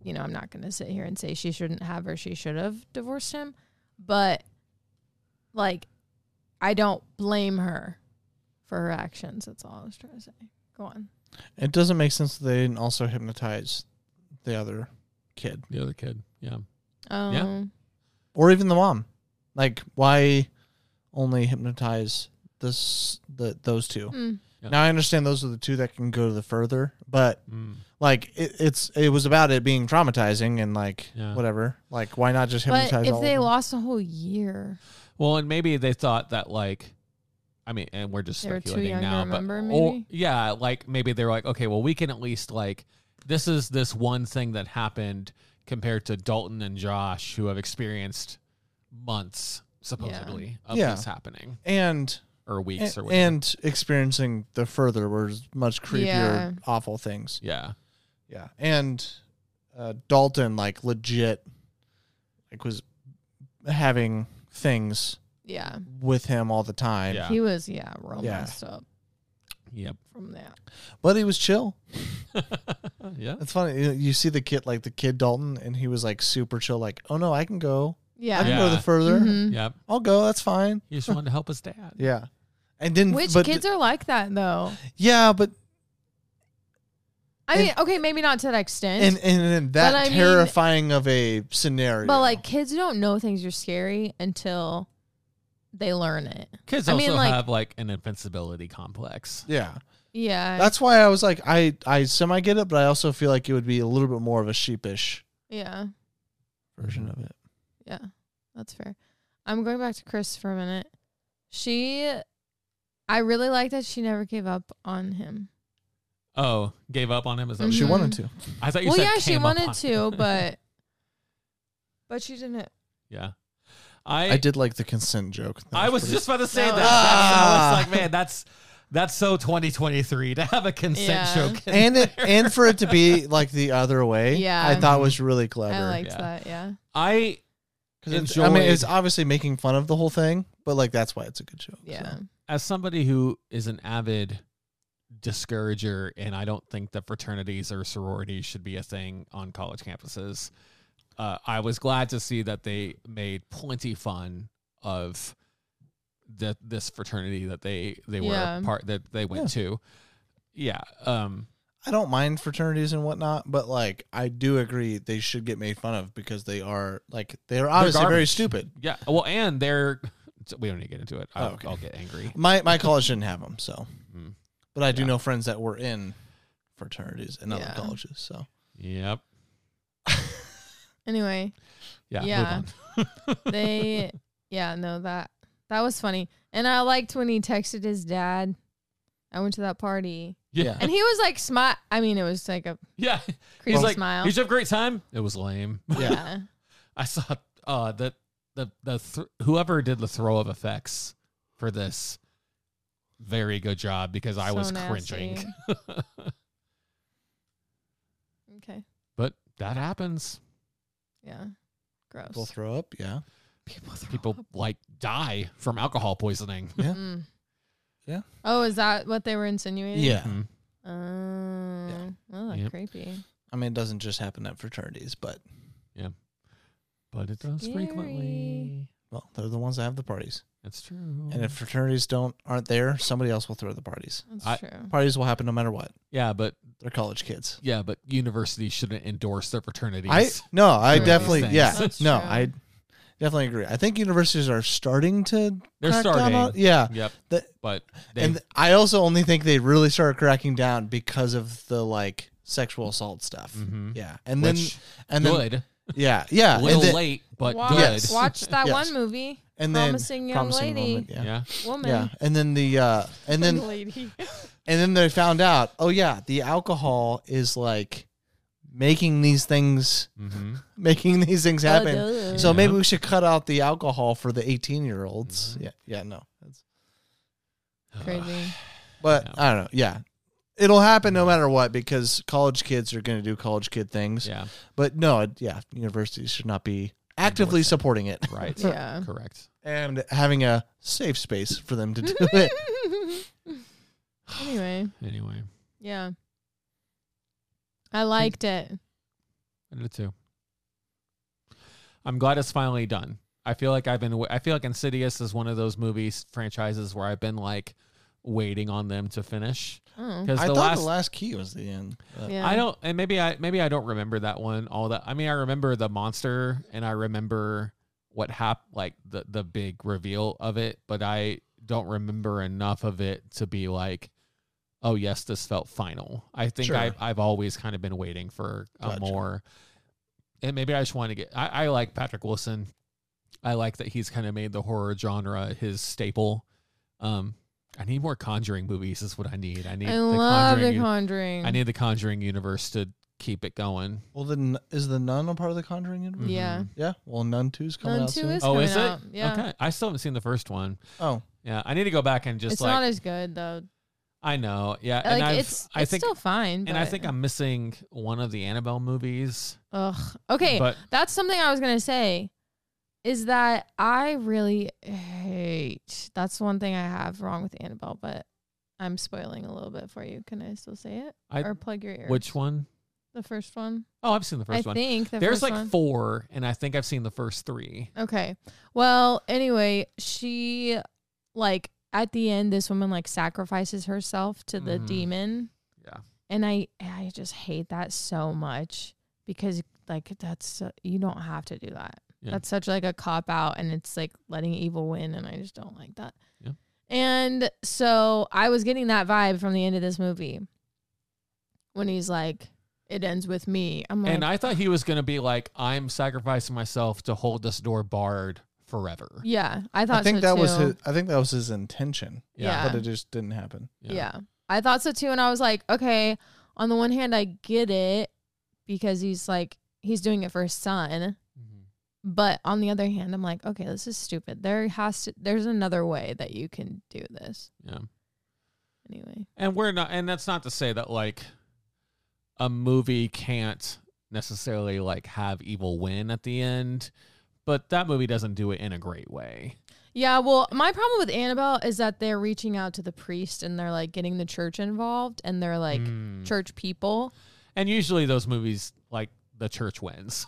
Speaker 5: you know, I'm not gonna sit here and say she shouldn't have or she should have divorced him. But like I don't blame her for her actions. That's all I was trying to say. Go on.
Speaker 3: It doesn't make sense that they didn't also hypnotize the other kid
Speaker 2: The other kid. Yeah.
Speaker 5: Um
Speaker 3: or even the mom. Like, why only hypnotize this the those two?
Speaker 5: Mm.
Speaker 2: Yeah.
Speaker 3: Now I understand those are the two that can go to the further, but
Speaker 2: Mm.
Speaker 3: like it, it's it was about it being traumatizing and like
Speaker 2: Yeah.
Speaker 3: whatever. Like, why not just hypnotize?
Speaker 5: But if
Speaker 3: all
Speaker 5: they
Speaker 3: of them?
Speaker 5: lost a whole year,
Speaker 2: Well, and maybe they thought that like, I mean, and we're just
Speaker 5: They were too
Speaker 2: speculating now,
Speaker 5: young to
Speaker 2: but
Speaker 5: remember,
Speaker 2: or-
Speaker 5: maybe?
Speaker 2: yeah, like maybe they were like, okay, well, we can at least like, this is this one thing that happened compared to Dalton and Josh who have experienced months supposedly of
Speaker 3: Yeah.
Speaker 2: this happening
Speaker 3: and
Speaker 2: or weeks or
Speaker 3: and,
Speaker 2: whatever.
Speaker 3: and experiencing the further were much creepier,
Speaker 5: Yeah.
Speaker 3: awful things.
Speaker 2: yeah,
Speaker 3: Yeah, and uh, Dalton like legit like was having things
Speaker 5: yeah.
Speaker 3: with him all the time.
Speaker 2: Yeah.
Speaker 5: He was yeah, real
Speaker 3: Yeah.
Speaker 5: messed up
Speaker 2: yep,
Speaker 5: from that.
Speaker 3: but he was chill.
Speaker 2: yeah,
Speaker 3: It's funny. You, you see the kid like the kid Dalton, and he was like super chill. Like, oh no, I can go. I
Speaker 5: Yeah.
Speaker 3: can go
Speaker 2: Yeah.
Speaker 3: the further.
Speaker 5: Mhm.
Speaker 2: yep.
Speaker 3: I'll go. That's fine.
Speaker 2: He just wanted to help his dad.
Speaker 3: Yeah. And didn't
Speaker 5: Which
Speaker 3: but,
Speaker 5: kids are like that though?
Speaker 3: Yeah, but
Speaker 5: I
Speaker 3: And-
Speaker 5: mean, okay, maybe not to that extent.
Speaker 3: and and, and that
Speaker 5: But I mean-
Speaker 3: terrifying of a scenario.
Speaker 5: but like kids don't know things are scary until they learn it.
Speaker 2: Kids
Speaker 5: I
Speaker 2: also
Speaker 5: mean, like-
Speaker 2: have like an invincibility complex.
Speaker 3: yeah.
Speaker 5: Yeah.
Speaker 3: That's why I was like, I I semi get it, but I also feel like it would be a little bit more of a sheepish
Speaker 5: Yeah.
Speaker 3: version of it.
Speaker 5: Yeah. That's fair. I'm going back to Chris for a minute. She I really like that she never gave up on him.
Speaker 2: Oh, gave up on him? Is that what
Speaker 3: She
Speaker 2: you-
Speaker 5: Mhm.
Speaker 3: wanted to.
Speaker 2: I thought you
Speaker 5: well,
Speaker 2: said
Speaker 5: yeah, she
Speaker 2: came up
Speaker 5: wanted
Speaker 2: on
Speaker 5: to,
Speaker 2: him.
Speaker 5: but but she didn't.
Speaker 2: yeah. I
Speaker 3: I, did like the consent joke. That
Speaker 2: I was
Speaker 3: pretty- Ah.
Speaker 2: just about to say
Speaker 5: That
Speaker 2: that.
Speaker 5: was-
Speaker 2: That's- I was like, man, that's that's so 2023 to have a consent
Speaker 5: Yeah.
Speaker 2: joke. in
Speaker 3: and it,
Speaker 2: there.
Speaker 3: and for it to be like the other way,
Speaker 5: Yeah.
Speaker 3: I thought was really clever.
Speaker 5: I liked
Speaker 2: Yeah.
Speaker 5: that. Yeah.
Speaker 2: I
Speaker 3: 'Cause it's- I mean,
Speaker 2: enjoyed-
Speaker 3: it's obviously making fun of the whole thing, but like that's why it's a good joke. so.
Speaker 5: Yeah.
Speaker 2: as somebody who is an avid discourager and I don't think that fraternities or sororities should be a thing on college campuses, uh, I was glad to see that they made plenty fun of the this fraternity that they they were
Speaker 5: Yeah.
Speaker 2: a part that they went to. Yeah. Um
Speaker 3: I don't mind fraternities and whatnot, but like I do agree they should get made fun of because they are like they are obviously very
Speaker 2: garbage.
Speaker 3: stupid.
Speaker 2: yeah. Well and they're we don't need to get into it. I'll,
Speaker 3: Oh, okay.
Speaker 2: I'll get angry.
Speaker 3: My my college didn't have them, so
Speaker 2: Mm.
Speaker 3: but I do
Speaker 2: Yeah.
Speaker 3: know friends that were in fraternities and other
Speaker 5: Yeah.
Speaker 3: colleges. So
Speaker 2: Yep.
Speaker 5: Anyway,
Speaker 2: Yeah.
Speaker 5: Yeah.
Speaker 2: Move
Speaker 5: they yeah, no, that that was funny. And I liked when he texted his dad. I went to that party.
Speaker 2: on.
Speaker 5: And he was like smile I mean it was like a
Speaker 2: Yeah. yeah.
Speaker 5: creepy
Speaker 2: He's like,
Speaker 5: smile.
Speaker 2: did you have a great time? It was lame.
Speaker 5: yeah.
Speaker 2: I saw uh that the the th- whoever did the throw of effects for this very good job because I
Speaker 5: So
Speaker 2: was
Speaker 5: nasty.
Speaker 2: cringing.
Speaker 5: Okay.
Speaker 2: But that happens.
Speaker 5: Yeah. Gross.
Speaker 3: people throw up, yeah.
Speaker 5: people
Speaker 2: People like die from alcohol poisoning.
Speaker 3: Yeah.
Speaker 5: Mm.
Speaker 3: Yeah.
Speaker 5: Oh, is that what they were insinuating?
Speaker 3: Yeah.
Speaker 2: Mhm.
Speaker 5: Oh, yeah. well, that's
Speaker 2: Yep.
Speaker 5: creepy.
Speaker 3: I mean it doesn't just happen at fraternities, but
Speaker 2: But it does
Speaker 5: Scary.
Speaker 2: frequently.
Speaker 3: well, they're the ones that have the parties.
Speaker 2: That's true.
Speaker 3: And if
Speaker 5: Mm-hmm.
Speaker 3: fraternities don't aren't there, somebody else will throw the parties.
Speaker 5: That's
Speaker 2: I-
Speaker 5: true.
Speaker 3: Parties will happen no matter what.
Speaker 2: yeah, but
Speaker 3: They're college kids.
Speaker 2: yeah, but universities shouldn't endorse their fraternities.
Speaker 3: I no, I
Speaker 5: Throw these
Speaker 3: definitely
Speaker 2: things.
Speaker 3: yeah.
Speaker 5: That's
Speaker 3: no,
Speaker 5: true.
Speaker 3: I definitely agree. I think universities are starting to
Speaker 2: They're
Speaker 3: crack down
Speaker 2: starting.
Speaker 3: on- yeah.
Speaker 2: Yep.
Speaker 3: The-
Speaker 2: but they
Speaker 3: and I also only think they really started cracking down because of the like sexual assault stuff.
Speaker 2: Mhm.
Speaker 3: Yeah. And
Speaker 2: Which-
Speaker 3: then and then
Speaker 2: good.
Speaker 3: yeah,
Speaker 2: a
Speaker 3: yeah. and
Speaker 2: little
Speaker 3: then,
Speaker 2: late, but
Speaker 5: watch,
Speaker 2: good.
Speaker 3: Yes.
Speaker 5: watch that
Speaker 3: Yes.
Speaker 5: one movie,
Speaker 3: and then
Speaker 5: Promising Young
Speaker 3: Promising
Speaker 5: Lady.
Speaker 3: Woman, yeah.
Speaker 2: Yeah.
Speaker 5: Woman.
Speaker 3: Yeah, and then the uh and then
Speaker 5: lady.
Speaker 3: and then they found out, oh yeah, the alcohol is like making these things
Speaker 2: Mm-hmm.
Speaker 3: making these things happen.
Speaker 5: Oh, duh.
Speaker 3: So maybe
Speaker 2: Yeah. Mm-hmm.
Speaker 3: we should cut out the alcohol for the 18 year olds. Yeah, yeah, no. That's,
Speaker 5: crazy.
Speaker 3: but
Speaker 2: Yeah.
Speaker 3: I don't know. Yeah. It'll happen no matter what because college kids are going to do college kid things.
Speaker 2: Yeah.
Speaker 3: But no, it- yeah, universities should not be actively
Speaker 2: Endorsing.
Speaker 3: supporting it
Speaker 2: Right.
Speaker 5: Yeah.
Speaker 2: Correct.
Speaker 3: and having a safe space for them to do it.
Speaker 5: anyway,
Speaker 2: Anyway,
Speaker 5: yeah. I liked it.
Speaker 2: I did too. I'm glad it's finally done. I feel like I've been. wa- I feel like Insidious is one of those movies franchises where I've been like waiting on them to finish
Speaker 5: Oh.
Speaker 2: because
Speaker 3: I
Speaker 2: the
Speaker 3: thought
Speaker 2: last.
Speaker 3: the last key was the end. but-
Speaker 5: Yeah.
Speaker 2: I don't, and maybe I maybe I don't remember that one all that. I mean, I remember the monster, and I remember what happened, like the the big reveal of it, but I don't remember enough of it to be like, oh yes, this felt final. I think
Speaker 3: Sure.
Speaker 2: I I've always kind of been waiting for a
Speaker 3: Gotcha.
Speaker 2: more, and maybe I just want to get. I, I like Patrick Wilson. I like that he's kind of made the horror genre his staple. Um, I need more Conjuring movies. Is what I need. I need
Speaker 5: I
Speaker 2: the
Speaker 5: love
Speaker 2: Conjuring
Speaker 5: The
Speaker 2: uni-
Speaker 5: Conjuring.
Speaker 2: I need the Conjuring universe to keep it going.
Speaker 3: Well, then is the nun a part of the Conjuring universe?
Speaker 5: Yeah.
Speaker 2: Mm-hmm.
Speaker 3: Yeah. Well, Nun Two's coming
Speaker 5: Mm. Nun
Speaker 3: out
Speaker 5: 2
Speaker 3: soon.
Speaker 5: is
Speaker 2: oh,
Speaker 5: coming
Speaker 2: is it?
Speaker 5: out. Yeah.
Speaker 2: Okay. I still haven't seen the first one.
Speaker 3: oh,
Speaker 2: Yeah, I need to go back and just
Speaker 5: it's
Speaker 2: like
Speaker 5: not as good though.
Speaker 2: I know. Yeah, and
Speaker 5: Like
Speaker 2: I've,
Speaker 5: it's,
Speaker 2: I
Speaker 5: it's
Speaker 2: think
Speaker 5: still fine.
Speaker 2: and I
Speaker 5: but-
Speaker 2: think I'm missing one of the Annabelle movies.
Speaker 5: Ugh. Okay,
Speaker 2: But
Speaker 5: that's something I was gonna say. Is that I really hate. That's one thing I have wrong with Annabelle, but I'm spoiling a little bit for you. Can I still say it
Speaker 2: I-
Speaker 5: or plug your ears?
Speaker 2: which one?
Speaker 5: The first one.
Speaker 2: Oh, I've seen the first
Speaker 5: I
Speaker 2: one.
Speaker 5: think the
Speaker 2: There's
Speaker 5: first
Speaker 2: like
Speaker 5: one.
Speaker 2: four, and I think I've seen the first three.
Speaker 5: Okay. Well, anyway, she like at the end this woman like sacrifices herself to the
Speaker 2: Mhm.
Speaker 5: demon.
Speaker 2: Yeah.
Speaker 5: And I I just hate that so much because like that's so, you don't have to do that.
Speaker 2: Yeah.
Speaker 5: That's such like a cop out and it's like letting evil win and I just don't like that.
Speaker 2: Yeah.
Speaker 5: And so I was getting that vibe from the end of this movie when he's like it ends with me. I'm like,
Speaker 2: And I thought he was going to be like, I'm sacrificing myself to hold this door barred forever.
Speaker 5: yeah, I thought
Speaker 3: I think
Speaker 5: so
Speaker 3: that
Speaker 5: too.
Speaker 3: was his, I think that was his intention,
Speaker 5: Yeah.
Speaker 3: but it just didn't happen.
Speaker 5: Yeah. I thought so too. And I was like, okay, on the one hand, I get it because he's like, he's doing it for his son.
Speaker 2: Mm-hmm.
Speaker 5: But on the other hand, I'm like, okay, this is stupid. There has to, there's another way that you can do this.
Speaker 2: Yeah.
Speaker 5: Anyway.
Speaker 2: And we're not, and that's not to say that like a movie can't necessarily like have evil win at the end, but that movie doesn't do it in a great way.
Speaker 5: Yeah. Well, my problem with Annabelle is that they're reaching out to the priest and they're like getting the church involved and they're like
Speaker 2: Hmm.
Speaker 5: church people.
Speaker 2: Mm. And usually those movies, like the church wins.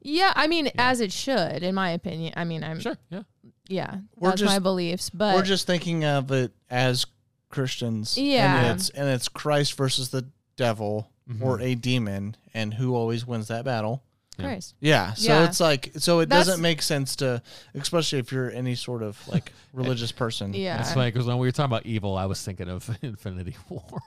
Speaker 5: Yeah. I mean, as it should, in my opinion. I mean, I'm,
Speaker 2: sure. Yeah.
Speaker 5: yeah,
Speaker 3: We're
Speaker 5: that's my
Speaker 3: just-
Speaker 5: beliefs. But
Speaker 3: We're just thinking of it as Christians.
Speaker 5: Yeah. Mm-hmm.
Speaker 3: And it's, and it's Christ versus the devil or a demon, and who always wins that battle.
Speaker 5: Christ.
Speaker 3: Yeah. So
Speaker 5: Yeah.
Speaker 3: it's like, so it
Speaker 5: That's-
Speaker 3: doesn't make sense to, especially if you're any sort of like religious person.
Speaker 5: Yeah.
Speaker 2: It's funny because when we were talking about evil, I was thinking of Infinity War.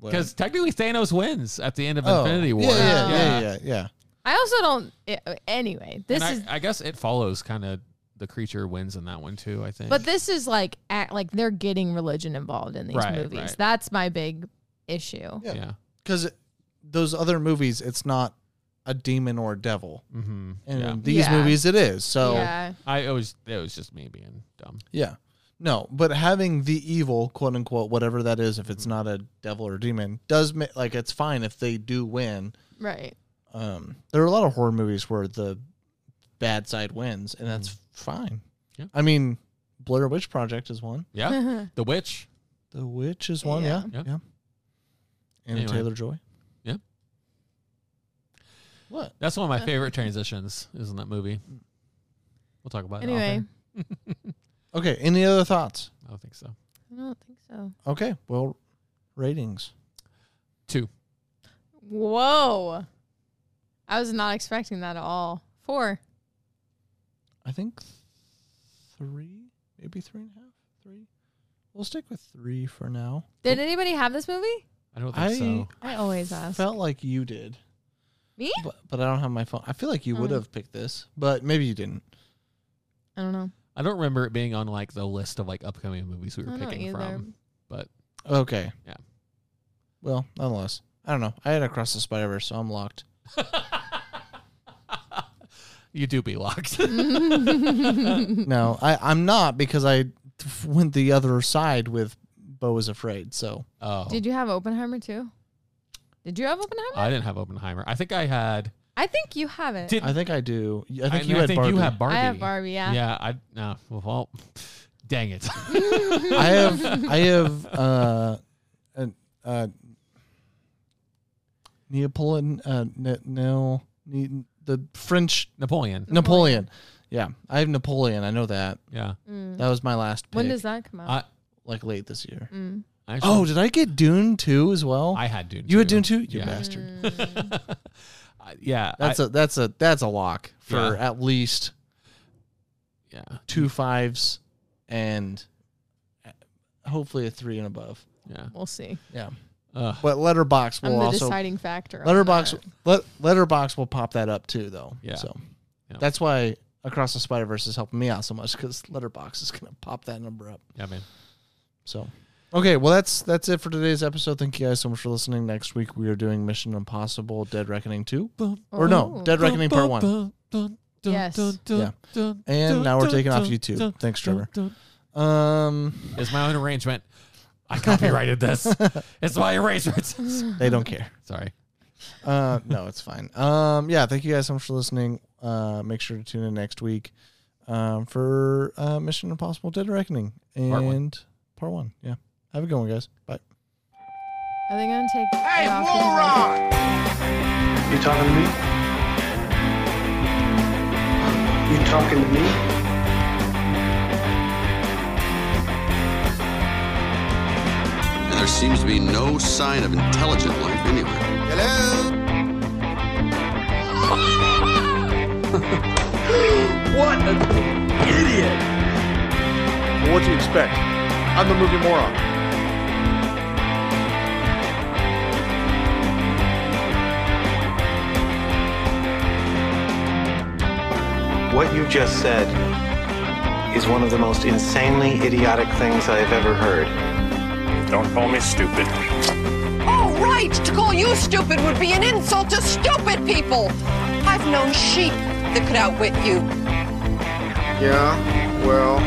Speaker 3: Well-
Speaker 2: Because technically Thanos wins at the end of
Speaker 3: Oh,
Speaker 2: Infinity War.
Speaker 3: Yeah, yeah, yeah, yeah, yeah.
Speaker 5: I also don't. eh, Anyway, this
Speaker 2: and
Speaker 5: is.
Speaker 2: I, I guess it follows kind of the creature wins in that one too. I think.
Speaker 5: but this is like act like they're getting religion involved in these
Speaker 2: Right,
Speaker 5: movies.
Speaker 2: right.
Speaker 5: That's my big issue.
Speaker 3: Yeah.
Speaker 2: yeah.
Speaker 3: Because those other movies, it's not a demon or a devil.
Speaker 2: Mm-hmm.
Speaker 3: And
Speaker 2: yeah.
Speaker 3: in these
Speaker 5: Yeah.
Speaker 3: movies, it is. So
Speaker 5: yeah.
Speaker 2: I it was it was just me being dumb.
Speaker 3: Yeah. No, but having the evil, quote unquote, whatever that is, if it's not a devil or demon, does make like it's fine if they do win.
Speaker 5: Right.
Speaker 3: Um, there are a lot of horror movies where the bad side wins, and that's fine.
Speaker 2: Mm. Yeah.
Speaker 3: I mean, Blair Witch Project is one.
Speaker 2: Yeah. the witch.
Speaker 3: The Witch is one. Yeah.
Speaker 2: Yeah.
Speaker 3: Yeah. And
Speaker 2: Anyway.
Speaker 3: Taylor Joy.
Speaker 2: Yeah.
Speaker 3: What?
Speaker 2: That's one of my favorite transitions. Is in that movie. We'll talk about it.
Speaker 5: Anyway,
Speaker 2: offline.
Speaker 3: Okay. Any other thoughts?
Speaker 2: I don't think so.
Speaker 5: I don't think so.
Speaker 3: Okay. Well, ratings.
Speaker 2: Two.
Speaker 5: Whoa. I was not expecting that at all. Four.
Speaker 3: I think th- three, maybe three and a half, three. We'll stick with three for now.
Speaker 5: Did anybody have this movie?
Speaker 2: I don't think
Speaker 3: I
Speaker 2: so.
Speaker 5: I always ask.
Speaker 3: felt like you did,
Speaker 5: Me?
Speaker 3: but, but I don't have my phone. I feel like you would
Speaker 5: Oh.
Speaker 3: have picked this, but maybe you didn't.
Speaker 5: I don't know.
Speaker 2: I don't remember it being on like the list of like upcoming movies we
Speaker 5: I
Speaker 2: were
Speaker 5: don't
Speaker 2: picking
Speaker 5: either.
Speaker 2: from. But
Speaker 3: Okay.
Speaker 2: Yeah.
Speaker 3: Well, nonetheless, I don't know. I had across the spider verse, so I'm locked.
Speaker 2: you do be locked.
Speaker 3: no, I I'm not because I f- went the other side with Bo is afraid. So
Speaker 2: oh,
Speaker 5: Did you have Oppenheimer too? Did you have Oppenheimer?
Speaker 2: I didn't have Oppenheimer. I think I had.
Speaker 5: I think you have it.
Speaker 2: Did
Speaker 3: I think I do. I think
Speaker 2: and
Speaker 3: you had Barbie.
Speaker 2: had Barbie.
Speaker 5: I have Barbie. Yeah.
Speaker 2: Yeah, I no. Well, dang it.
Speaker 3: I have I have uh, an uh, Neapolitan uh, ne- no ne- the French
Speaker 2: Napoleon.
Speaker 3: Napoleon. Yeah, I have Napoleon. I know that.
Speaker 2: Yeah.
Speaker 5: Mm.
Speaker 3: That was my last. Pick,
Speaker 5: When does that Mm. come out?
Speaker 2: I,
Speaker 3: like late this year?
Speaker 2: I actually,
Speaker 3: Oh, did I get Dune two as well?
Speaker 2: I had Dune.
Speaker 3: you had
Speaker 2: too.
Speaker 3: Dune two, you
Speaker 2: Yeah.
Speaker 3: bastard.
Speaker 5: Mm.
Speaker 2: I- yeah.
Speaker 3: That's
Speaker 2: I,
Speaker 3: a that's a that's a lock for
Speaker 2: Yeah.
Speaker 3: at least
Speaker 2: yeah.
Speaker 3: two fives and hopefully a three and above.
Speaker 2: Yeah.
Speaker 5: we'll see.
Speaker 3: Yeah,
Speaker 2: Ugh.
Speaker 3: but Letterbox
Speaker 5: I'm
Speaker 3: will
Speaker 5: the
Speaker 3: also
Speaker 5: deciding factor. on
Speaker 3: Letterbox
Speaker 5: that.
Speaker 3: let, Letterbox will pop that up too though.
Speaker 2: Yeah.
Speaker 3: So
Speaker 2: Yeah.
Speaker 3: that's why Across the Spider Verse is helping me out so much because Letterbox is gonna pop that number up.
Speaker 2: Yeah, man.
Speaker 3: So okay, well that's that's it for today's episode. Thank you guys so much for listening. Next week we are doing Mission Impossible: Dead Reckoning two, or no,
Speaker 5: Oh.
Speaker 3: Dead Reckoning Part one.
Speaker 5: Yes.
Speaker 3: Yeah. And now we're taking off YouTube. Thanks, Trevor. Um,
Speaker 2: It's my own arrangement. I copyrighted this. It's my arrangement.
Speaker 3: they don't care.
Speaker 2: Sorry.
Speaker 3: Uh, no, it's fine. Um, yeah, thank you guys so much for listening. Uh, make sure to tune in next week um, for uh, Mission Impossible: Dead Reckoning and
Speaker 2: Part one.
Speaker 3: part one. Yeah, have a good one, guys. Bye.
Speaker 5: Are they gonna take? Hey, moron!
Speaker 9: You talking to me? You talking to me?
Speaker 10: and there seems to be no sign of intelligent life anywhere.
Speaker 9: What an idiot! Well, what do you expect? I'm the movie moron.
Speaker 3: What you just said is one of the most insanely idiotic things I have ever heard.
Speaker 11: Don't call me stupid.
Speaker 12: Oh, right! To call you stupid would be an insult to stupid people! I've known sheep that could outwit you.
Speaker 13: Yeah, well,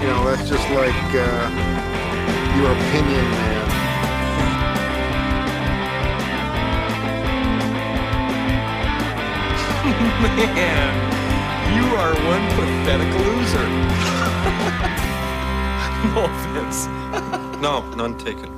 Speaker 13: you know, that's just like uh, your opinion, man.
Speaker 1: Man, you are one pathetic loser. no offense.
Speaker 3: No, none taken.